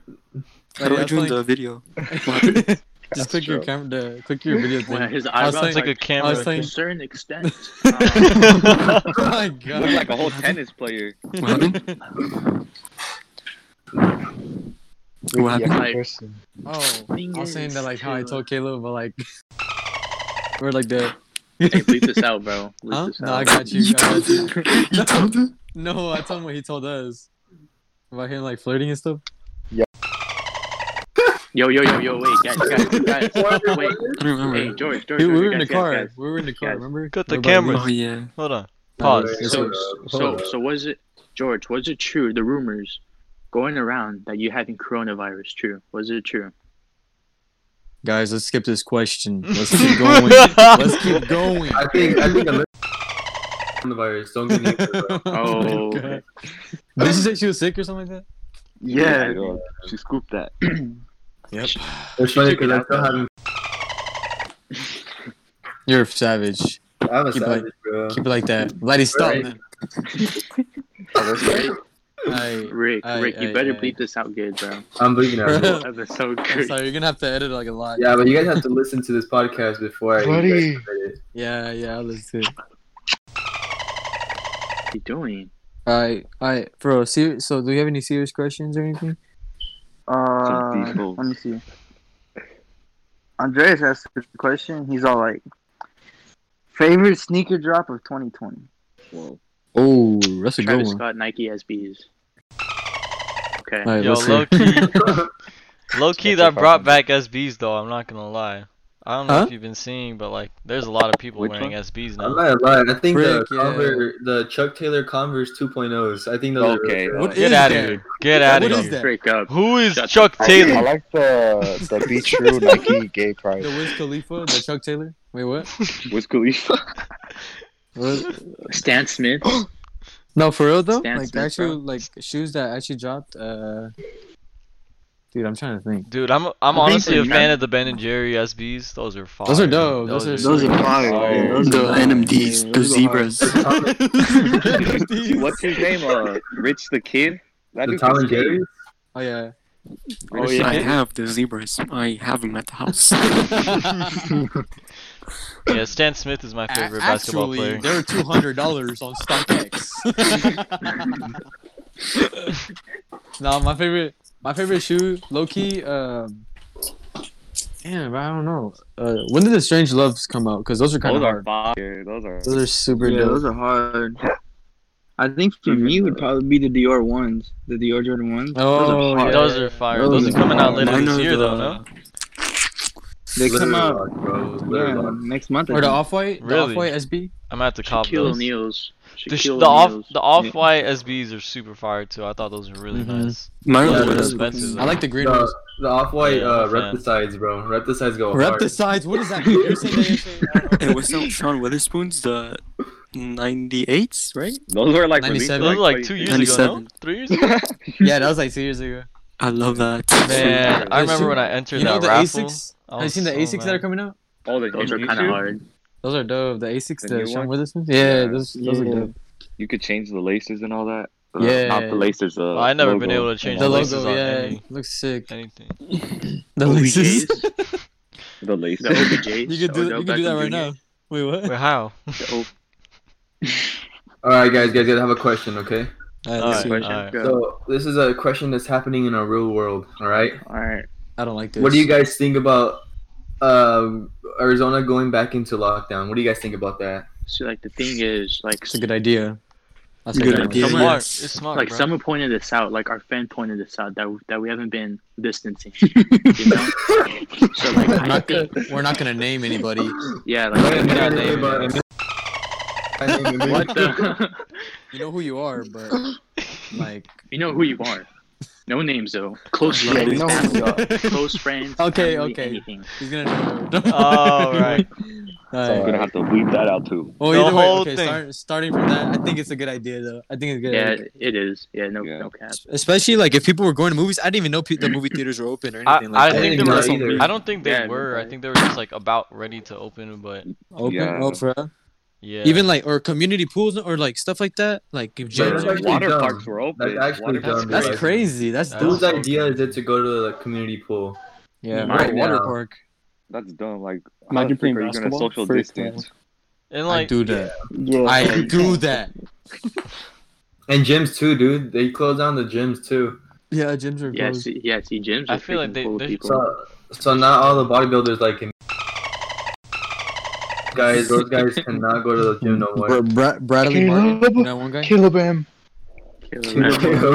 S8: <laughs> How do I join the video?
S3: <laughs> Just click your camera. The, click your video <laughs>
S6: When
S3: thing.
S6: his
S3: I was
S6: eyebrows
S5: It's like a
S6: like
S5: camera.
S3: I was
S6: to a
S3: saying- <laughs>
S6: certain extent. Uh,
S3: oh my god.
S2: Look like a whole tennis player.
S8: What happened? What happened?
S6: like-
S7: person.
S3: Oh,
S6: Thing
S3: I was saying
S6: is
S3: that like how I
S6: to-
S3: told Caleb, but like, we're like <laughs> the.
S6: <laughs> hey, bleep this out, bro.
S3: <laughs>
S6: Bleep
S3: Huh?
S6: this
S3: No,
S6: out.
S3: I got you. I got you.
S8: You told her?
S3: <laughs> No, I told him what he told us about him like flirting and stuff.
S6: Yo, yo, yo, yo, wait, guys,
S8: <laughs>
S6: guys, guys. wait,
S8: I don't
S6: hey,
S8: remember.
S6: George, George,
S3: Dude,
S6: George,
S3: we were in
S6: guys,
S3: the
S6: guys,
S3: car.
S6: guys.
S3: We were in the car.
S6: Guys.
S3: Remember?
S5: <laughs> Cut the
S3: What about you?
S5: camera.
S8: Oh yeah.
S5: Hold on.
S3: Nah,
S5: Pause.
S4: Hold
S3: wait,
S6: So,
S4: up, hold
S6: so,
S4: up.
S6: so was it George? Was it true the rumors going around that you having coronavirus true? Was it true?
S3: Guys, let's skip this question. Let's keep going.
S5: <laughs>
S3: let's keep going. <laughs>
S4: I think I think I'm coronavirus. Don't get me.
S6: Oh.
S3: my God. Did she say she was sick or something like
S2: Yeah, yo, she scooped that.
S3: that? Yep.
S4: It's funny because I still haven't.
S3: You're a savage.
S4: I have a
S3: Keep
S4: savage, bro.
S3: Keep it like that. Laddie, stop.
S4: Right.
S3: man.
S2: Oh, that's right.
S3: Aye.
S6: Rick,
S3: Aye,
S6: Rick, you
S3: aye,
S6: better
S3: aye.
S6: bleep this out
S3: <laughs>
S6: good, bro.
S4: I'm bleeding out. bro.
S6: That was so
S3: I'm
S6: good.
S3: sorry, you're gonna have to edit like a lot.
S4: Yeah, but you guys have to listen to this podcast before I.
S7: Buddy.
S4: you guys submit it.
S3: yeah, yeah. I'll listen. to it.
S6: What you doing?
S3: All right, all right, bro. Ser- so, do we have any serious questions or anything?
S2: Some
S1: Uh,
S2: people.
S1: let me see. Andreas asked the question. He's all like, "Favorite sneaker drop of 2020."
S2: Whoa.
S3: Oh, that's a
S6: Travis Scott, Nike SBs. Okay.
S3: All right,
S5: Yo,
S3: let's
S5: low
S3: see. <laughs>
S5: key, low key,
S7: That's
S5: that
S7: a
S5: brought
S7: problem.
S5: back SBs though. I'm not gonna lie. I don't know
S3: Huh?
S5: if you've been seeing, but like, there's a lot of people
S2: Which
S5: wearing
S2: one?
S5: SBs
S4: I'm
S5: now.
S4: not lying. I think
S3: Frick,
S4: the
S3: yeah.
S4: Conver- the Chuck Taylor Converse 2.0s. I think those are
S2: Okay.
S4: really
S3: What
S4: good.
S3: is
S5: Get out of
S3: that?
S5: here! Get out of
S3: What
S5: here!
S3: is that?
S6: Break up.
S5: Who is
S6: Shut the
S5: Chuck
S7: I
S5: Taylor?
S7: like the the Be True Nike Gay Pride.
S3: The Wiz Khalifa, the Chuck Taylor. Wait, what?
S2: Wiz
S6: <laughs>
S2: Khalifa.
S4: <laughs>
S3: What? <gasps>
S6: Stan Smith.
S3: No, for real though.
S6: Stan
S3: like the
S6: Smith,
S3: actual
S6: bro.
S3: like shoes that actually dropped. Uh, dude, I'm trying to
S4: <laughs>
S3: think. <laughs>
S5: Dude, I'm I'm
S6: I think
S5: honestly
S6: so,
S5: a
S6: man.
S5: fan of the Ben and Jerry SBs. Those are fire.
S3: Those are dope. Those are-
S1: Those are fire.
S2: Oh,
S1: yeah, those
S8: The
S1: are fire,
S8: NMDs,
S1: yeah,
S8: the
S1: those are hard.
S8: zebras.
S2: What's his name? Uh, Rich the Kid. That
S4: The
S2: dude's
S4: Tom and
S2: insane.
S4: Jerry.
S3: oh yeah.
S2: Oh
S8: <laughs> I
S2: yeah.
S8: have the zebras. I have them at the house.
S5: <laughs>
S8: <laughs>
S5: yeah, Stan Smith is my favorite basketball
S3: Actually,
S5: player.
S3: they were two hundred dollars on StockX. no, my favorite, my favorite shoe, low key. Um, damn, I don't know. Uh, when did the Strange Loves come out? Because those are kind
S2: Those
S3: of
S2: are
S3: hard.
S2: fire. Those are.
S3: Those are super
S1: Yeah,
S3: dope.
S1: those are hard. I think for me would probably be the Dior ones, the Dior Jordan ones.
S3: Oh,
S1: those are hard.
S5: Those are fire.
S1: Those
S5: Those,
S1: are
S5: are coming out later
S8: Mine
S5: this
S8: are
S5: year, though.
S8: the-
S5: No,
S1: They come
S4: Literally
S1: out
S4: locked, bro. Literally
S1: yeah,
S4: locked.
S1: next month. I
S3: Or the
S1: think.
S3: off white, the
S5: Really?
S3: off white SB.
S5: I'm at the cop
S6: Shaquille
S5: those.
S6: O'Neal's.
S5: The, sh-
S6: Shaquille
S5: the off
S6: O'Neal's.
S5: the off white SBs are super fire too. I thought those were really
S3: Mhm.
S5: nice.
S4: Yeah,
S8: Mine are
S5: Those are
S8: the
S1: those
S8: ones.
S1: are
S5: expensive.
S1: cool.
S3: I
S5: though.
S3: like the green ones.
S4: The, the off white
S5: Yeah,
S4: uh,
S5: I'm a fan.
S4: repticides, bro. Repticides go hard.
S3: Repticides, what is that? You're saying they
S8: And what's that? Sean Witherspoon's the 98s, right?
S2: Those were like
S3: 97.
S2: released
S5: Those were like two years ago, no?
S8: 97.
S5: Three <laughs> years ago?
S3: yeah, that was like two years ago.
S8: I love that.
S5: Man, I
S3: Yeah,
S5: remember
S3: shoot.
S5: when I entered
S3: You know
S5: that
S3: the
S5: raffle.
S3: Asics?
S5: I
S3: Have you
S5: was
S3: seen the
S5: so
S3: Asics that are
S5: mad.
S3: coming out?
S2: Oh, the
S6: Those are
S2: new
S6: kind of
S2: shoe?
S3: <laughs>
S6: hard.
S3: Those are dope. The Asics,
S2: The
S3: the,
S2: new
S3: Sean
S2: one?
S3: Witherspoon. Yeah,
S2: Yeah.
S3: those those
S1: Yeah.
S3: are dope.
S2: You could change the laces and all that. Uh,
S3: Yeah.
S2: Not the laces. Uh,
S5: Well, I never been
S2: logo.
S5: able to change
S3: The
S5: The laces
S3: logo,
S5: on
S3: yeah,
S5: any-
S3: looks sick.
S5: Anything.
S3: The laces.
S6: OBJs.
S2: the laces.
S6: The
S3: <laughs>
S6: OBJs.
S3: You could do
S6: Odell
S3: you could do that
S6: Oh, Beckham
S3: right
S6: Jr..
S3: now. Wait, what?
S5: Wait, how?
S4: All right, guys, guys, guys, I have a question, okay?
S3: Alright,
S5: All
S3: let's
S5: right,
S3: see.
S6: Question.
S5: all right.
S6: Go.
S4: So this is a question that's happening in our real world. All right.
S6: All right.
S3: I don't like this.
S4: What do you guys think about um Arizona going back into lockdown? What do you guys think about that?
S6: So like the thing is like
S3: It's a good idea. That's
S8: Good
S3: a good
S8: idea.
S3: idea.
S5: Smart.
S8: yes.
S5: It's smart,
S6: like
S5: bro.
S6: someone pointed this out, like our friend pointed this out that that we haven't been distancing. you know? So like
S3: We're
S6: I
S3: not gonna,
S6: think,
S3: we're not gonna name anybody.
S6: yeah, like
S5: not naming
S6: what the
S3: You know who you are, but like
S6: You know who you are. No names though. Close
S8: Yeah, we
S6: friends.
S8: know
S3: <laughs>
S8: who we
S6: family, Close friends.
S3: Okay,
S6: family,
S3: okay.
S6: Anything.
S3: he's gonna know. <laughs>
S5: <laughs> Oh, <laughs>
S3: Alright.
S5: right.
S2: <laughs> I'm gonna have to bleep that out too.
S3: Well,
S5: The
S3: either way,
S5: whole
S3: okay,
S5: thing.
S3: Start, starting from that, I think it's a good idea though. I think it's a good.
S6: Yeah,
S3: idea.
S6: it is. Yeah, no,
S2: Yeah.
S6: no cap.
S3: Especially like if people were going to movies, I didn't even know pe- the movie theaters were open or
S5: I,
S3: anything.
S5: I
S3: like that.
S5: think
S4: I
S5: they
S4: didn't
S5: were.
S4: know either.
S5: I don't think they
S6: Yeah,
S5: were. I
S6: okay.
S5: think they were just like about ready to open, but
S3: open.
S2: Yeah.
S3: Oh, for real?
S5: yeah.
S3: Even like or community pools or like stuff like that, like if
S4: Bro,
S3: gyms.
S4: that's
S5: Yeah.
S4: actually
S2: Water
S4: dumb.
S2: parks were open.
S4: That's actually
S5: Water parks-
S4: dumb.
S3: That's
S4: bro.
S3: crazy. That's
S5: That's
S3: dope.
S4: Whose idea is it to go to the community pool?
S3: Yeah,
S4: Right
S3: water
S4: now.
S3: park.
S2: That's dumb. Like, how
S7: Mind
S2: the
S7: you
S2: frick
S7: playing
S2: are you gonna
S7: basketball?
S2: social
S7: Frick,
S2: distance?
S5: and
S3: I
S5: like
S3: do that.
S1: Yeah,
S3: I
S1: <laughs>
S3: do that.
S4: And gyms too, dude. They closed down the gyms too.
S3: Yeah, gyms are
S6: Yeah,
S3: closed.
S6: see, yeah, see, gyms.
S5: I
S6: are
S5: feel like
S6: freaking
S5: they-
S6: full of
S5: they-
S6: people.
S4: So, so not all the bodybuilders like him. Guys, those guys cannot go to the gym no more.
S3: Bra-
S4: <laughs>
S3: Bra- Bradley
S7: Caleb.
S3: Martin, that one guy.
S7: Caleb him.
S4: <laughs>
S6: Killer.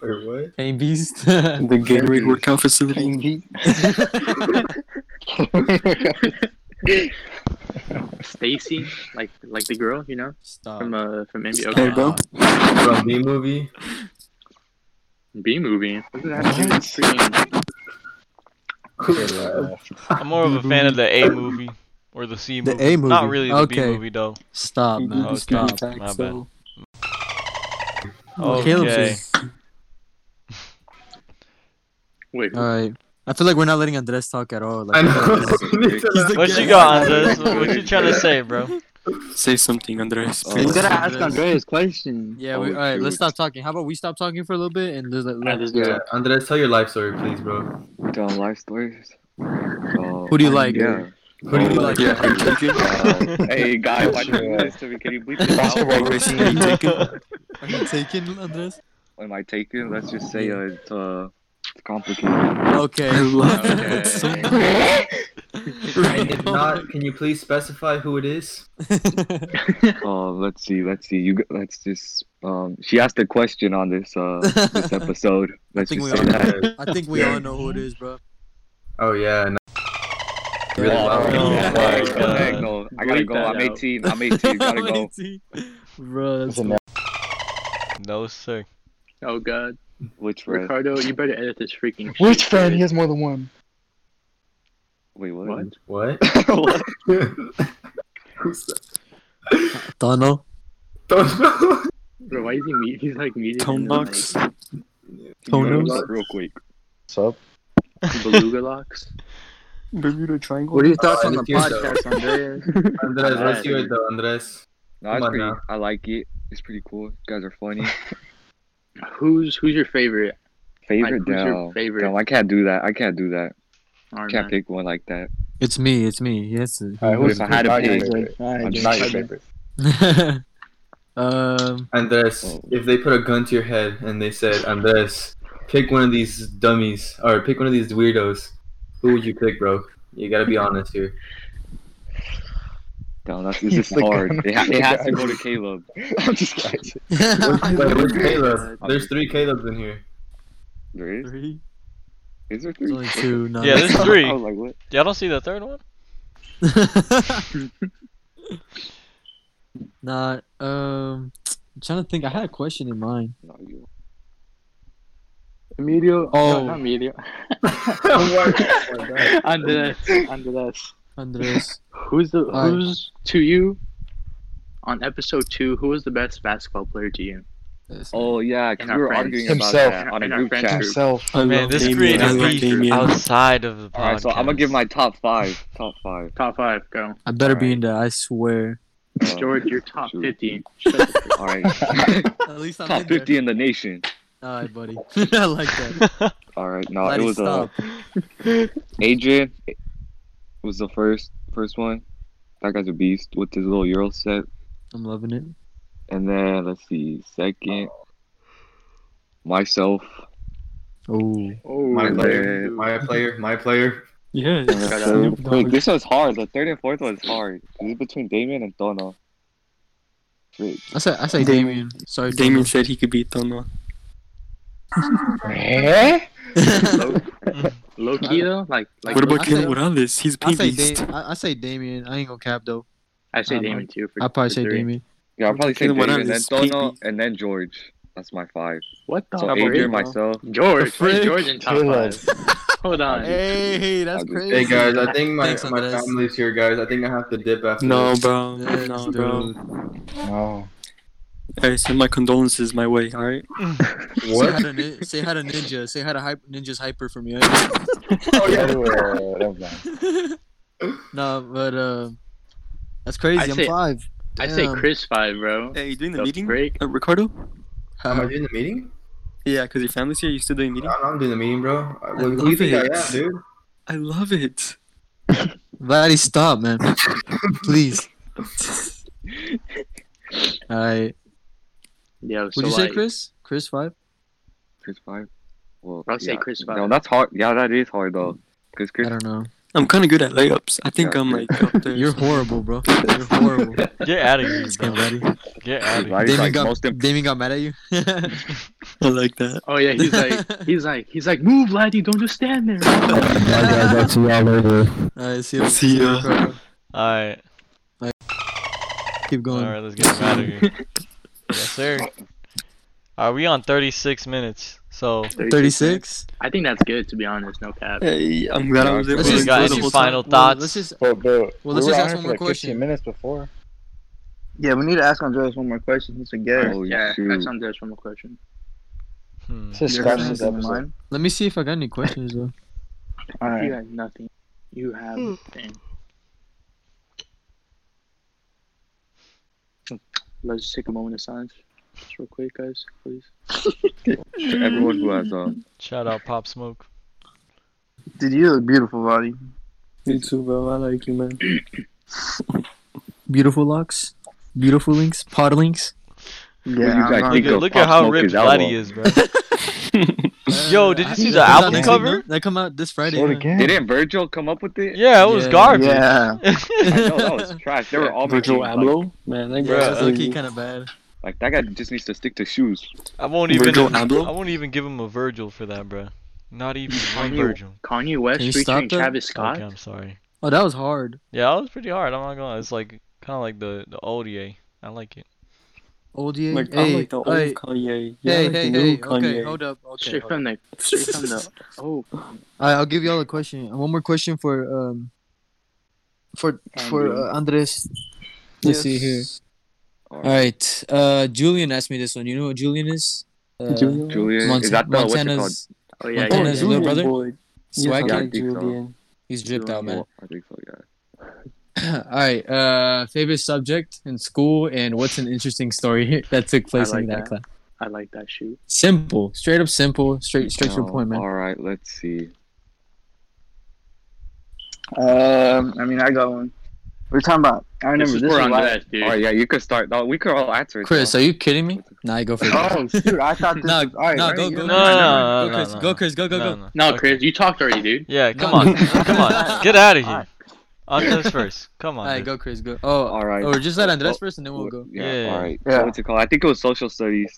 S4: Or what?
S3: Pain Beast. <laughs> Bro,
S8: The Gatorade workout facility.
S6: Stacy, like like the girl, you know,
S3: Stop.
S6: from uh from NBA.
S4: <laughs>
S8: Hey,
S6: Okay.
S8: bro.
S4: From B movie?
S6: B movie.
S5: I'm more of a fan of the A movie or the C
S3: The
S5: movie.
S3: A
S5: Not
S3: movie.
S5: really the B
S9: Okay.
S5: movie though.
S3: Stop,
S9: He
S3: man.
S5: Oh,
S9: didn't
S5: okay.
S9: stop.
S5: My bad.
S9: So-
S5: Okay.
S3: Caleb's is-
S6: Wait,
S3: all right. I feel like we're not letting Andres talk at all.
S4: <laughs>
S3: Like,
S4: I know. <laughs>
S5: What you
S3: <laughs>
S5: got, Andres? What you trying to say, bro?
S8: Say something, Andres.
S2: Oh.
S1: You
S8: please.
S1: gotta ask
S3: Andres.
S1: Andreas question.
S3: Yeah, we,
S2: Oh,
S3: all right. Let's
S2: shoot.
S3: stop talking. How about we stop talking for a little bit and just let, let-
S4: Yeah, Andres, tell your life story, please, bro.
S2: Tell life stories. Uh,
S3: Who do you like? <laughs>
S2: Yeah.
S4: Who do you like?
S8: Yeah, are you taken?
S2: Uh, hey, guy, why did you do <laughs> this to me? Can you bleep this out?
S8: Question, are you taken?
S3: Are you taking Andres?
S2: Am I taken? Let's just say uh, it's, uh, it's
S3: <laughs>
S2: complicated.
S3: Okay.
S8: I love it.
S4: Okay.
S8: It's so
S4: And if not, can you please specify who it is?
S2: Uh, let's see, let's see. You g- let's just. Um, she asked a question on this uh
S3: <laughs>
S2: this episode. Let's
S3: think
S2: just
S3: we
S2: say that.
S3: <laughs> I think we all know who it is, bro.
S4: Oh yeah. No. Really loud.
S5: no.
S2: Yeah,
S5: my
S2: no,
S5: God.
S2: heck no. I gotta
S6: Bleep
S2: go.
S6: uh,
S2: I'm
S6: that out.
S2: 18. I'm <laughs> 18. Gotta go.
S3: Bro, that's
S5: No sir.
S6: <laughs> oh god,
S2: Which red?
S6: Ricardo, you better edit this freaking.
S1: Which
S6: shit.
S1: fan? He has more than one.
S2: Wait, what?
S6: What?
S4: What?
S2: <laughs> What?
S4: Who's that?
S3: Tono.
S4: <laughs> Don't <laughs> know.
S6: Bro, why is he meet? He's like meeting.
S8: Tone box.
S3: Tonos.
S2: Real quick.
S10: Sup?
S6: Beluga locks.
S8: Bermuda Triangle.
S1: What are your thoughts
S2: Oh,
S1: on the
S4: it's yourself.
S1: podcast, Andreas?
S2: <laughs>
S4: Andres, let's hear it though, Andres.
S2: No, it's
S4: Come on
S2: pretty.
S4: now.
S2: I like it. It's pretty cool. You guys are
S6: <laughs>
S2: funny.
S6: Who's who's your favorite?
S2: Favorite
S6: who's your
S2: down.
S6: favorite?
S2: Damn, I can't do that. I can't do that.
S6: Iron
S2: Can't
S6: Man?
S2: pick one like that.
S3: It's me. It's me. Yes. <laughs>
S10: Alright,
S2: What if I had a
S10: not your
S2: pig?
S10: favorite?
S1: Alright,
S2: I'm
S1: dude.
S10: Not your favorite.
S2: <laughs>
S3: um.
S4: Andres,
S2: Oh.
S4: if they put a gun to your head and they said, Andres, pick one of these dummies or pick one of these weirdos, who would you pick, bro? You gotta be honest here.
S2: Damn,
S10: <laughs>
S2: that's this is
S10: He's like,
S2: hard. It, ha- it has to
S10: guys. <laughs>
S2: go to Caleb.
S10: I'm just kidding.
S4: Wait, where's
S3: There's
S4: Caleb? There's three Calebs in here.
S2: There is. Is there three?
S3: only two. No.
S5: Yeah, there's
S2: <laughs> I
S5: three.
S2: was like, what?
S5: Y'all don't see the third one?
S3: <laughs> Not. Um. I'm trying to think. I had a question in mind.
S2: No, you.
S6: Emilio.
S3: Oh.
S6: No, not
S2: <laughs>
S6: <laughs> Emilio.
S4: What?
S6: Andres. Andres.
S3: Andres.
S6: Who's the
S3: Alright.
S6: who's to you? On episode two, who was the best basketball player to you?
S2: Oh yeah, 'cause
S6: And our
S2: we were
S6: friends.
S2: arguing
S10: Himself.
S2: about that on a
S6: And our
S2: group
S6: friends
S2: chat.
S6: group.
S10: Himself.
S8: I
S5: Man,
S8: love
S5: this
S8: Damien.
S5: created
S8: I love
S5: great
S8: Damien.
S5: outside of the podcast.
S2: All right, so I'm gonna give my top five. Top
S6: <laughs>
S2: five.
S6: Top five, go.
S3: I better be
S2: Alright.
S3: in there. I swear.
S2: Uh, <laughs>
S6: George, you're top
S2: shoot.
S6: fifty.
S2: All right, <laughs>
S3: At least I'm
S2: top
S3: in there.
S2: fifty in the nation.
S3: All right, buddy. <laughs> I like that.
S2: All right, no,
S3: Glad
S2: it
S3: he
S2: was uh,
S3: stopped.
S2: Adrian. Was the first first one. That guy's a beast with his little euro set.
S3: I'm loving it.
S2: And then let's see, second, myself.
S3: Oh.
S6: Oh,
S4: My
S2: And
S4: player,
S2: then-
S4: my player, my player.
S8: Yeah.
S2: and the
S8: Shout out
S2: third-
S8: Snoop Dogg.
S2: Wait, this one's hard. The third and fourth one's hard. This is between Damien and Tono. Wait,
S3: I say, I say Damien.
S8: Damien.
S3: Sorry,
S8: Damien said he could beat Tono.
S3: Damien.
S6: low key though, like like
S8: what about
S3: I say-
S8: Caleb Morales? He's
S3: I
S8: being
S3: say,
S8: beast.
S3: da- I, I say Damien. I ain't gonna cap though.
S6: I say
S3: Um,
S6: Damien too. For,
S3: I probably
S6: for
S3: say
S6: three.
S3: Damien.
S2: yeah, I'll probably say
S8: Caleb, why
S2: Damien,
S8: not
S2: then
S8: just pick
S2: Tono,
S8: me?
S2: and then George. That's my five.
S6: What the?
S2: So
S6: fuck?
S2: Adrian, myself.
S6: George,
S3: The frick?
S6: hey, George in top
S10: Caleb.
S6: five. <laughs> Hold on.
S3: Hey, hey, that's
S2: Hey,
S3: crazy.
S4: Hey guys, I think my,
S3: Thanks,
S4: my
S3: Andres.
S4: family's here, guys. I think I have to dip after.
S8: No,
S4: this.
S8: bro.
S3: Yes,
S8: No, bro.
S3: dude.
S10: No.
S8: Hey, send my condolences my way, alright?
S3: <laughs> Say hi, <laughs>
S4: What?
S3: to nin- say hi to Ninja. Say hi to hype- Ninja's Hyper eh? from you. <laughs>
S4: Oh,
S2: <laughs>
S4: yeah.
S10: Anyway, uh, never mind.
S3: no, but uh, that's crazy.
S6: I
S3: I'm
S6: say-
S3: five.
S6: I say
S3: Damn.
S6: Chris five, bro.
S8: Hey, you doing the,
S6: The
S8: meeting?
S6: freak?
S8: Uh, Ricardo?
S4: Am I
S3: Uh,
S4: doing the meeting?
S8: Yeah, because your family's here. You still doing meeting?
S4: No, I'm doing the meeting, bro. What, who do you think I am, dude?
S8: I love it.
S3: Vladdy, stop, man. Please. All right.
S6: Yeah. So
S3: Would you say
S6: like,
S3: Chris? Chris five?
S2: Chris five. Well,
S6: I'll say
S2: yeah.
S6: Chris
S2: No,
S6: five.
S2: that's hard. Yeah, that is hard though. Cause
S3: I
S2: Chris,
S3: don't know.
S8: I'm kind of good at layups. I think
S2: Yeah,
S8: I'm like <laughs> up there.
S3: You're horrible, bro. You're horrible.
S5: Get out of here,
S3: This game,
S5: bro.
S3: buddy.
S5: Get out
S2: Chris
S5: of
S2: Roddy's,
S5: here.
S3: Damien
S2: like,
S3: got,
S2: most imp-
S3: Damien got mad at you. <laughs>
S5: <laughs>
S8: I like that.
S6: Oh yeah, he's like he's like he's like move, laddie, don't just stand there.
S3: <laughs> All
S4: see y'all later.
S3: right, see you.
S8: See ya.
S3: Ricardo.
S5: Alright.
S3: Keep going.
S5: <laughs> Alright, let's get him out of here. yes, sir. Are we on 36 minutes? So
S3: 36?
S6: I think that's good to be honest. No cap.
S8: Hey, I'm glad I was there.
S5: you
S3: Let's
S5: guys
S3: just-
S5: got
S3: let's
S5: any
S3: just-
S5: final
S3: well,
S5: thoughts?
S3: Let's just
S7: But, but
S3: Well,
S7: we
S3: let's
S7: were
S3: just
S7: on
S3: ask
S7: here
S3: one
S7: for
S3: more
S7: like 15
S3: question.
S7: minutes before.
S1: Yeah, we need to ask Andreas one more question. He's a guest.
S2: Oh,
S6: yeah,
S2: shoot.
S6: that's on just one more question.
S5: Hmm.
S7: Let's just
S1: Your
S7: scratch
S1: friends
S7: this
S1: in
S7: episode.
S1: mind?
S3: let me see if I got any questions though.
S7: All
S6: You
S7: right.
S6: have nothing. You have nothing. Let's just take a moment of silence, just real quick, guys, please.
S2: To everyone who has um,
S5: Shout out Pop Smoke.
S1: Dude, you look beautiful, buddy.
S8: You too, bro. I like you, man.
S3: Beautiful locks, beautiful links, pod links.
S1: Yeah,
S2: you
S1: I'm
S2: guys
S1: not-
S2: think
S5: Look, at-
S2: of
S5: look
S2: Pop
S5: at how
S2: Smoke
S5: ripped
S2: is outlaw.
S5: Vladdy is, bro. <laughs> Yo, did you see
S3: That comes
S5: the
S3: out
S5: album
S3: next
S5: cover?
S3: week, no? That come out this Friday.
S7: Do it
S3: huh?
S7: again.
S2: Didn't Virgil come up with it?
S5: Yeah, it was
S3: Yeah.
S5: garbage.
S1: Yeah,
S2: I know, that was trash. They were all
S8: Virgil
S2: making, like,
S8: Abloh, man, that
S5: Bro,
S8: guy's
S3: That's low-key
S8: lucky.
S3: kind of bad.
S2: like, that guy just needs to stick to shoes.
S5: <laughs> I won't even.
S8: Virgil
S5: I
S8: Abloh?
S5: won't even give him a Virgil for that, bro. Not <laughs> even one
S6: Kanye-
S5: Virgil.
S6: Kanye
S3: Can you
S6: West
S3: stop
S6: featuring
S3: that?
S6: Travis Scott.
S5: Okay, I'm sorry.
S3: Oh, that was hard.
S5: Yeah, that was pretty hard. I'm not gonna. It's like kind of like the the old EA. I like it.
S3: Old yeah.
S8: Like,
S3: hey,
S8: I like the old
S3: hey,
S8: Kanye. Yeah, I
S3: hey,
S8: like the
S3: hey,
S8: new
S3: hey. Okay,
S8: Kanye.
S3: hold up. Okay,
S6: straight
S3: hold
S6: from the, straight from the. Oh,
S3: All right, I'll give you all a question. One more question for um for for
S6: Andrew.
S3: uh, Andres. Let's see here. All right. Uh, Julian asked me this one. You know what Julian is? Uh,
S8: Julian.
S2: Julian,
S3: Mont-
S2: is that the, what's it called?
S3: Montana's
S6: oh yeah,
S8: Oh,
S6: yeah,
S3: Montana's
S6: yeah.
S3: little
S8: Julian
S3: brother?
S8: boy. Yes, I
S3: swag.
S2: Yeah, I
S8: like
S2: think so.
S8: Julian.
S3: He's dripped out, man.
S2: I think so, yeah.
S3: <clears throat> all right. Uh, favorite subject in school, and what's an interesting story <laughs> that took place
S6: I
S3: in
S6: like
S3: that, class?
S6: that. I like that shoot.
S3: Simple, straight up simple, straight straight to the point, man.
S2: All right, let's see.
S1: Um, I mean, I got one. We're talking about. I remember
S6: This
S1: this,
S6: is for
S1: is why-
S6: Andres, dude.
S2: All right, yeah, you could start. No, we could all answer. it,
S3: Chris,
S2: though.
S3: are you kidding me? Nah, go for it.
S2: <laughs>
S1: Oh
S5: <laughs>
S1: shoot! I thought this.
S3: No,
S1: was, all right,
S3: no,
S1: right,
S3: go,
S1: you-
S3: go,
S5: No, no, no,
S3: go,
S5: no,
S3: Chris.
S5: no,
S3: Go,
S5: no.
S3: Chris. Go, go, go.
S6: No,
S5: Okay.
S6: Chris, you talked already, dude.
S5: Yeah, come
S3: No.
S5: on, come
S3: <laughs>
S5: on, get out of here. Andres first. Come
S3: All
S5: on.
S3: right,
S5: dude.
S3: go, Chris. Go. Oh,
S2: All right.
S3: Or just let Andres
S2: Oh,
S3: first, and then
S2: <laughs>
S3: we'll go.
S2: Yeah,
S5: Yeah.
S2: All right.
S1: Yeah.
S2: So what's it called? I think it was social studies.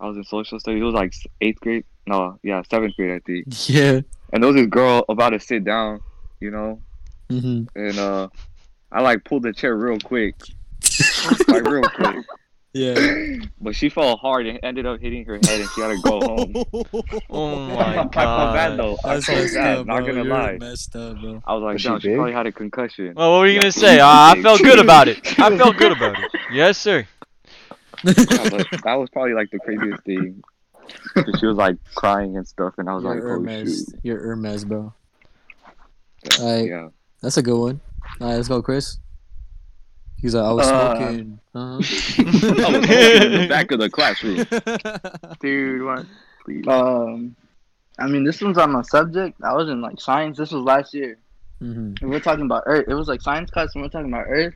S2: I was in social studies. It was like s- eighth grade. No, yeah, seventh grade, I think.
S3: Yeah.
S2: And there was this girl about to sit down, you know,
S3: Mm-hmm.
S2: and uh, I like pulled the chair real
S5: <laughs>
S2: quick, like real quick. <laughs>
S3: Yeah.
S2: But she fell hard and ended up hitting her head, and she had to go home.
S5: <laughs> Oh
S2: <laughs>
S5: <laughs>
S2: I
S5: my
S2: felt bad
S5: god.
S2: though. I felt bad. Not gonna lie.
S3: Messed up, bro.
S2: <laughs> I was like,
S7: Was she
S2: damn, she
S7: big?
S2: probably had a concussion.
S5: Well, what were you gonna say? Uh, I felt good about it. I felt <laughs> good about it.
S3: <laughs>
S5: Yes, sir.
S2: Yeah, but that was probably like the craziest thing. <laughs> 'Cause she was like crying and stuff, and I was
S3: You're
S2: like, oh shoot.
S3: Hermes. You're Hermes, bro. Alright,
S2: Yeah.
S3: that's a good one. Alright, let's go, Chris. He's like, I was
S1: Uh,
S3: <laughs> smoking. Uh-huh.
S2: I was in the back of the classroom.
S6: Dude, what?
S3: Oh,
S1: Um, I mean, this one's on my subject. I was in like science. This was last year.
S3: Mhm.
S1: And we are talking about Earth. It was like science class, and we are talking about Earth.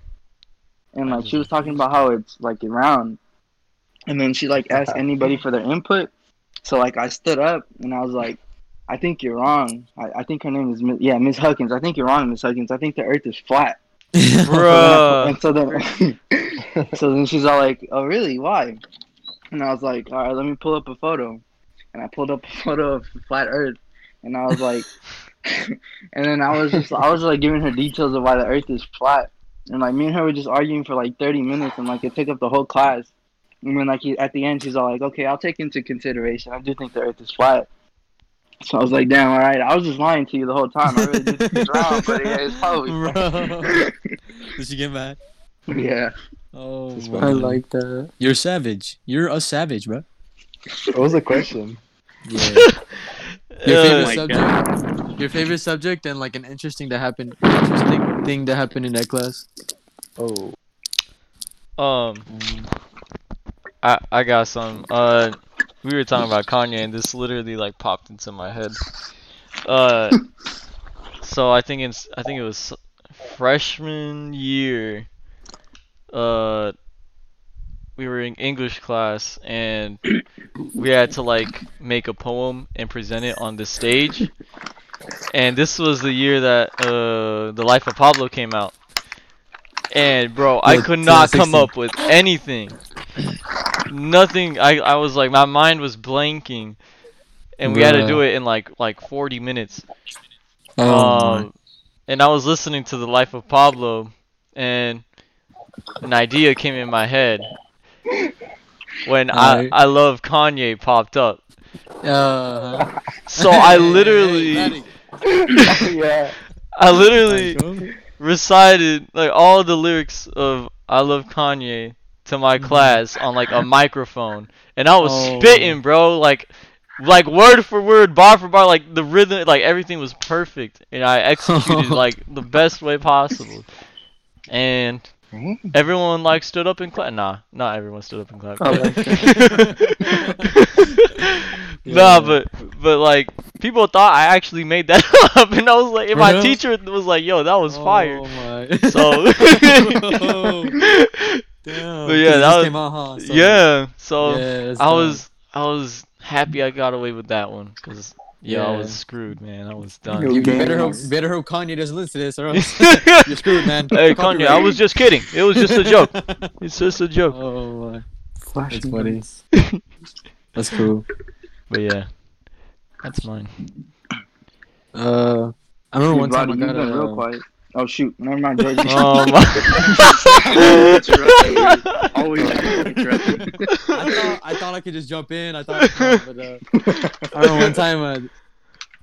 S1: And
S5: I
S1: like
S5: just
S1: she was talking about how it's like round. And then she like asked anybody for their input. So like I stood up and I was like, I think you're wrong. I, I think her name is Ms. yeah Miss Huckins. I think you're wrong, Miss Huckins. I think the Earth is flat.
S5: Bruh. <laughs>
S1: And so then, so then <laughs> she's all like, "Oh, really? Why?" And I was like, "All right, let me pull up a photo." And I pulled up a photo of flat Earth, and I was like, <laughs> and then I was just, I was like giving her details of why the Earth is flat, and like me and her were just arguing for like thirty minutes, and like it took up the whole class. And then like he, at the end, she's all like, "Okay, I'll take into consideration. I do think the Earth is flat." So I was like, "Damn, all right. I was just lying to you the whole time. I really did think it's round, but yeah, it's probably
S3: <laughs>
S1: <laughs>
S3: Bro. Did you get mad?
S1: yeah."
S3: Oh,
S8: I
S3: my.
S8: like that.
S3: You're savage. You're a savage, bro.
S7: What was the question?
S3: Yeah. <laughs> Your favorite
S1: Oh
S5: Uh,
S3: subject. Your favorite subject and like an interesting that happened, interesting thing that happened in that class.
S7: Oh,
S5: Um, I I got some. Uh, we were talking about Kanye, and this literally like popped into my head. Uh, so I think it's I think it was freshman year. Uh, we were in English class, and we had to like make a poem and present it on the stage. And this was the year that uh, the Life of Pablo came out. And bro, I
S3: Yeah,
S5: could not come
S3: 2016.
S5: up with anything. Nothing. I, I was like my mind was blanking, and we had to do it in like like 40 minutes.
S1: Oh
S3: Oh
S5: Um, and I was listening to the Life of Pablo, and an idea came in my head, when
S3: Alright.
S5: I I love Kanye popped up.
S3: Uh, <laughs>
S5: So I literally
S7: yeah.
S5: I literally recited like all the lyrics of I love Kanye to my class on like a microphone, and I was
S3: Oh.
S5: spitting, bro, like like word for word, bar for bar, like the rhythm, like everything was perfect, and I executed like the best way possible, and. Everyone like stood up and clapped. Nah, not everyone stood up and clapped.
S3: I like
S5: <laughs> nah, but but like people thought I actually made that <laughs> up, and I was like, and
S3: For
S5: my
S3: real?
S5: teacher was like, "Yo, that was fire."
S3: Oh my.
S5: <laughs>
S3: <laughs>
S5: So
S1: <laughs>
S3: Damn.
S5: But yeah,
S3: 'cause this
S5: that was-
S3: came out, huh? So-
S5: <laughs> yeah, so
S3: Yeah, that's
S5: I
S3: dumb.
S5: was I was happy I got away with that one because yeah, I was
S3: Yeah.
S5: screwed, man. I was
S3: You
S5: <laughs> done.
S3: better hope,
S8: Games.
S3: better hope Kanye doesn't listen to this, or else
S5: hey,
S3: you're screwed, man.
S5: Kanye, I was just kidding. <laughs> It was just a joke. It's just a joke.
S3: <laughs> Oh my,
S8: Flash
S3: that's
S5: <laughs>
S3: funny. that's cool.
S5: But yeah, that's
S3: <laughs>
S5: mine.
S3: Uh, I remember one time I
S1: Roddy,
S3: got
S1: you've been real
S3: a.
S1: quiet. Oh shoot, never mind,
S5: <laughs>
S1: George. <laughs>
S5: Um, <laughs>
S1: Always
S3: I <laughs> thought I thought I could just jump in. I thought, but uh, I remember one time uh,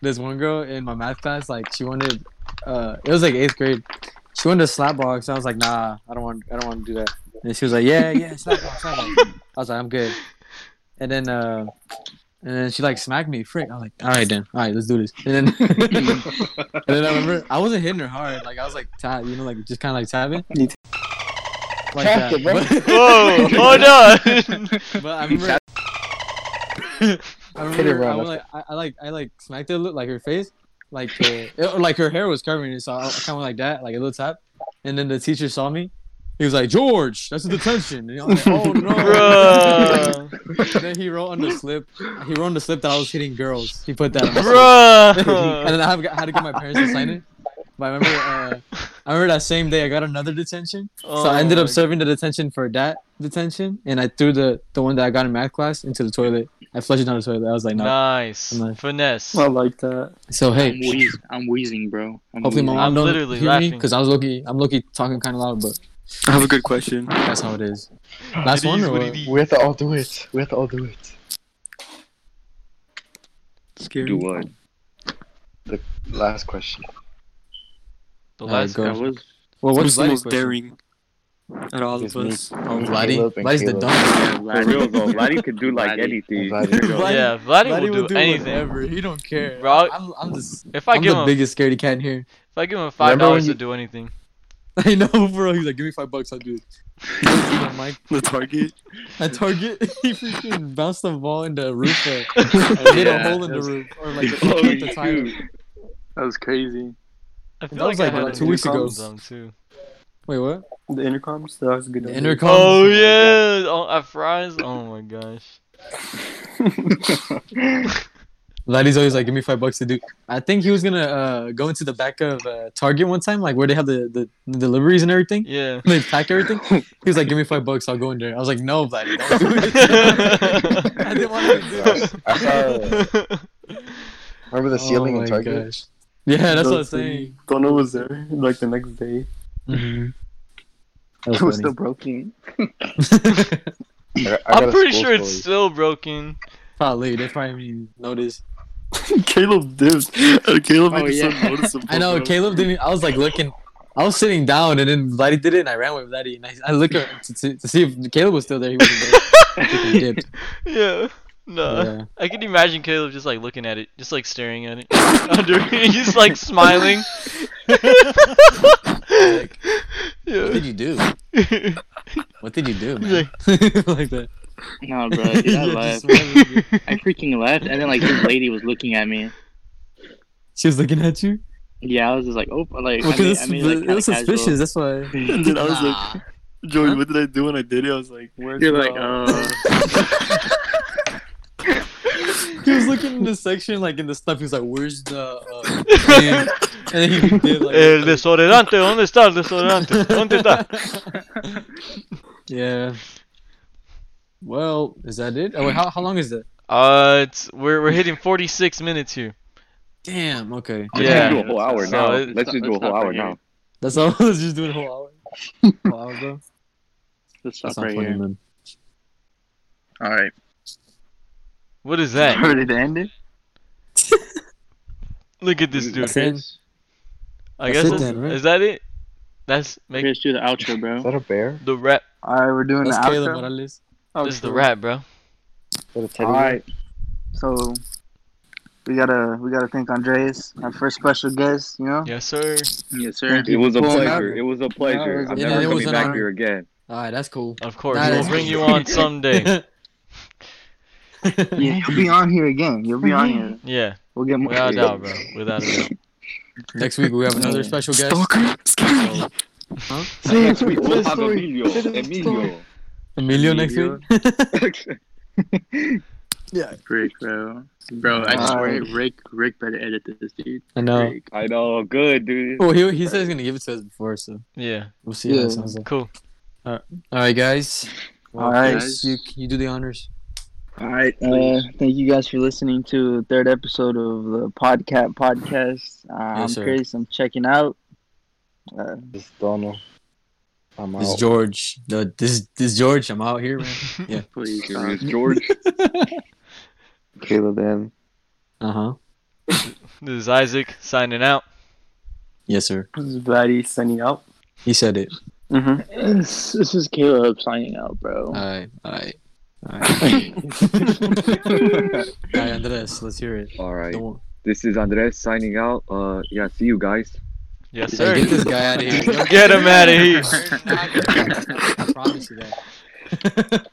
S3: this one girl in my math class, like she wanted, uh, it was like eighth grade. She wanted a slap box. I was like, nah, I don't want, I don't want to do that. And she was like, yeah, yeah, slap box, slap box. I was like, I'm good. And then, uh, and then she like smacked me, frick. I was like, all right then, all right, let's do this. And then, <laughs> and then I remember I wasn't hitting her hard. Like I was like tap, you know, like just kind of like tapping.
S8: You
S3: Like
S7: Tap it, bro.
S3: But-
S5: Whoa, <laughs> hold on.
S3: but
S7: <laughs>
S3: I remember. I
S7: Hit it,
S3: remember
S7: bro.
S3: I, was like, I, I like I like smacked it a little- like her face, like uh, it, like her hair was covering it, so I kind of like that, like a little tap, and then the teacher saw me. He was like, George, that's a detention. And I was like, oh no. <laughs>
S5: Bruh.
S3: And then he wrote on the slip. He wrote on the slip that I was hitting girls. He put that. on the slip. and
S5: Bruh.
S3: then I have, had to get my parents to sign it. But I remember, uh, I remember that same day I got another detention. so I ended
S5: Oh
S3: up
S5: my-
S3: serving the detention for that detention, and I threw the the one that I got in math class into the toilet. I flushed it down the toilet. I was like, no.
S5: Nice.
S3: Nice.
S5: Finesse.
S8: I like
S1: uh,
S8: that.
S3: So
S6: I'm,
S3: hey,
S6: wheez- I'm wheezing, bro. I'm
S3: hopefully my
S6: wheezing.
S3: mom
S5: I'm
S3: don't
S5: literally
S3: hear
S5: laughing.
S3: because I was looking, I'm looking talking kind of loud, but
S8: <laughs> I have a good question.
S3: that's how it is. Last
S5: It
S3: one
S5: is
S3: or
S5: what
S3: what?
S5: it is.
S7: We have to all do it. We have to all do it.
S8: Scary.
S2: Do what?
S7: Last question.
S5: The
S3: Alright,
S5: last
S3: go.
S6: That was
S3: Well,
S8: Who's
S3: what's
S8: the
S3: the
S8: most
S3: most daring?
S8: daring out of all
S7: It's
S8: of
S7: me.
S8: us?
S3: Vladdy,
S7: Caleb and
S3: Vladdy's the
S7: Caleb.
S3: dumb.
S6: yeah,
S2: For
S6: Vlad.
S2: real
S6: <laughs>
S2: though, Laddie could do like
S6: Laddie.
S2: anything.
S7: Laddie.
S2: For real.
S3: Vlad-
S5: Yeah, Vladdy will, do, anything.
S3: He don't care.
S5: Bro,
S3: I'm, I'm, just,
S5: If I
S3: I'm
S5: give
S3: the
S5: him,
S3: biggest scaredy cat in here. <laughs>
S5: if I give him five
S7: Remember when
S5: dollars
S7: you-
S5: to do anything,
S3: I know, bro. He's like, give me five bucks, I'll do
S5: <laughs>
S3: it. I'm like,
S8: The <laughs> target.
S3: at Target, <laughs> he freaking bounced the ball in the roof and and hit
S6: Yeah,
S3: a hole in the
S6: that's-
S3: roof. Or
S5: <laughs>
S3: like,
S2: Oh,
S3: the, the tire.
S2: shoot.
S6: That was crazy.
S5: I feel
S3: That was
S5: like,
S3: like,
S5: I had
S3: what,
S5: to
S3: two
S5: do
S3: weeks ago.
S5: something Too.
S3: Wait, what?
S8: The intercoms. That was a good.
S3: The
S8: idea.
S3: intercom.
S5: Oh yeah, oh, at fries. Oh my gosh.
S3: Laddie's always like, give me five bucks to do. I think he was gonna uh, go into the back of uh, Target one time, like where they have the, the, the deliveries and everything. <laughs>
S5: Yeah. <laughs>
S3: They packed everything. He was like, give me five bucks, I'll go in there. I was like, no, Laddie, don't
S5: <laughs>
S3: do it. I didn't want to do
S7: I
S3: it.
S7: saw- I saw-
S5: <laughs>
S7: remember the
S3: oh
S7: ceiling in
S3: my
S7: Target?
S3: gosh. Yeah, that's what I'm
S8: Those
S3: saying. Mm-hmm.
S8: things. Don't know was there like the next day.
S3: That
S1: <laughs> It was still broken.
S3: funny. <laughs>
S7: I, I got
S5: I'm
S7: a
S5: pretty
S7: school
S5: sure it's
S7: story.
S5: still broken.
S3: probably they probably didn't notice.
S8: <laughs> Caleb did. And Caleb made
S1: Oh,
S8: it
S1: yeah.
S8: so noticeable.
S3: <laughs> I know
S8: bro.
S3: Caleb didn't. I was like looking. I was sitting down and then Vladdy did it and I ran with Vladdy and I, I looked at, to, to, to see if Caleb was still there. He wasn't there.
S8: <laughs>
S3: He dipped.
S5: <laughs> Yeah. No.
S3: Yeah.
S5: I can imagine Caleb just like looking at it, just like staring at it under, <laughs> he's like smiling.
S3: What
S5: yeah.
S3: did you
S5: <laughs>
S3: do? What did you do, man? <laughs> like that.
S6: No, bro.
S3: <laughs>
S6: Dude, I
S3: Yeah,
S6: laughed.
S3: just smiling.
S6: I freaking laughed, and then like this lady was looking at me.
S3: she was looking at you.
S6: Yeah, I was just like, oh, like
S3: Well,
S6: I made,
S3: 'cause
S6: I
S3: it's-
S6: made, like,
S3: it was
S6: kinda casual.
S3: suspicious. That's why.
S6: <laughs>
S8: And then I was like, Joey, what did I do when I did it? I was like, where's
S6: You're like,
S8: Rob?
S11: <laughs>
S6: uh,
S3: He was looking in the section, like in the stuff. He was like, "Where's the?" Uh, <laughs> thing?" and then he did
S8: <laughs>
S3: like.
S5: El desodorante, ¿dónde está el desodorante? ¿Dónde está? <laughs>
S3: <laughs> yeah. Well, is that it? Oh, wait, how, how long is that?
S5: Uh, it's, we're we're hitting 46 minutes here.
S3: Damn. Okay.
S2: Let's just
S5: Yeah.
S2: do a whole hour
S5: So
S2: now.
S5: it's
S2: Let's
S6: not-
S2: just do a
S6: it's
S2: whole
S6: not
S2: hour
S6: right
S2: now.
S3: That's all. <laughs> Let's just do it
S1: <laughs>
S3: a whole hour. Whole hour, bro.
S6: let's stop
S3: That's not
S6: right
S3: funny,
S6: here.
S3: man.
S1: All right.
S5: What is
S1: <laughs>
S5: that?
S1: Ready to end it?
S5: Look at this dude.
S3: That's it.
S5: I
S3: That's
S5: guess
S3: it
S5: that's,
S3: then, right?
S5: is that it? That's make
S6: Chris, do the outro,
S7: Is
S6: bro.
S7: that a bear?
S5: the rap.
S1: All right, we're doing
S3: That's
S1: the
S3: Caleb
S1: outro.
S3: Morales.
S1: Oh,
S5: This is the
S1: cool.
S5: rap, bro.
S7: Is that a teddy
S1: All
S7: bear?
S1: right. So we gotta we gotta thank Andres, our first special guest. You know.
S5: Yes, sir.
S11: <laughs>
S6: Yes, sir.
S2: It was a
S1: Well,
S2: pleasure. It was a pleasure.
S1: was a
S2: I'm
S3: pleasure.
S2: never
S3: <laughs> It was
S2: coming
S3: an
S2: back
S3: honor.
S2: here again.
S3: All right, that's cool.
S5: Of course,
S3: Nah,
S5: we'll
S3: that's-
S5: bring you
S3: <laughs>
S5: on someday.
S1: Yeah, you'll be on here again. You'll be on here.
S5: Yeah,
S1: We'll get more.
S5: without a doubt, bro. Without a doubt.
S3: Next week we have another special guest.
S8: Stalker? <laughs> Scare me.
S1: See, <laughs> it's
S2: We will
S1: it's
S2: have
S1: story.
S2: Emilio. Emilio.
S3: Emilio next week.
S6: Rick, bro. Bro, I swear, Rick, Rick better edit this, dude.
S3: <laughs> I know.
S6: Rick.
S2: <laughs> I know. Good, dude.
S3: Well, he he said he's gonna give it to us before, so
S5: Yeah,
S3: we'll see how
S1: Yeah.
S3: it sounds like.
S5: cool.
S3: All right, guys.
S1: All right.
S3: Chris, you you do the honors.
S1: All right. Uh, thank you guys for listening to the third episode of the Podcat Podcast. Uh, I'm
S3: sir.
S1: Chris. I'm checking out. Uh,
S7: This is Donald. I'm
S3: This is
S7: out.
S3: George. No, this this is George. I'm out here, man.
S6: Please,
S3: uh,
S2: Serious
S6: dog.
S2: George.
S7: Caleb and
S3: Uh
S7: Uh-huh.
S3: huh.
S5: This is Isaac signing out.
S3: Yes, sir.
S11: This is Vladdy signing out.
S3: He said it.
S6: This this is Caleb signing out,
S3: <laughs>
S6: bro.
S3: All right. All right. All right. <laughs> All right, Andres. Let's hear it.
S2: All
S3: <laughs>
S2: right.
S3: Don't,
S2: This is Andres signing out. Uh, yeah. See you guys.
S5: Yes,
S3: hey,
S5: sir.
S3: get
S5: <laughs>
S3: this guy out of here.
S5: Get him out of here.
S3: I promise you that.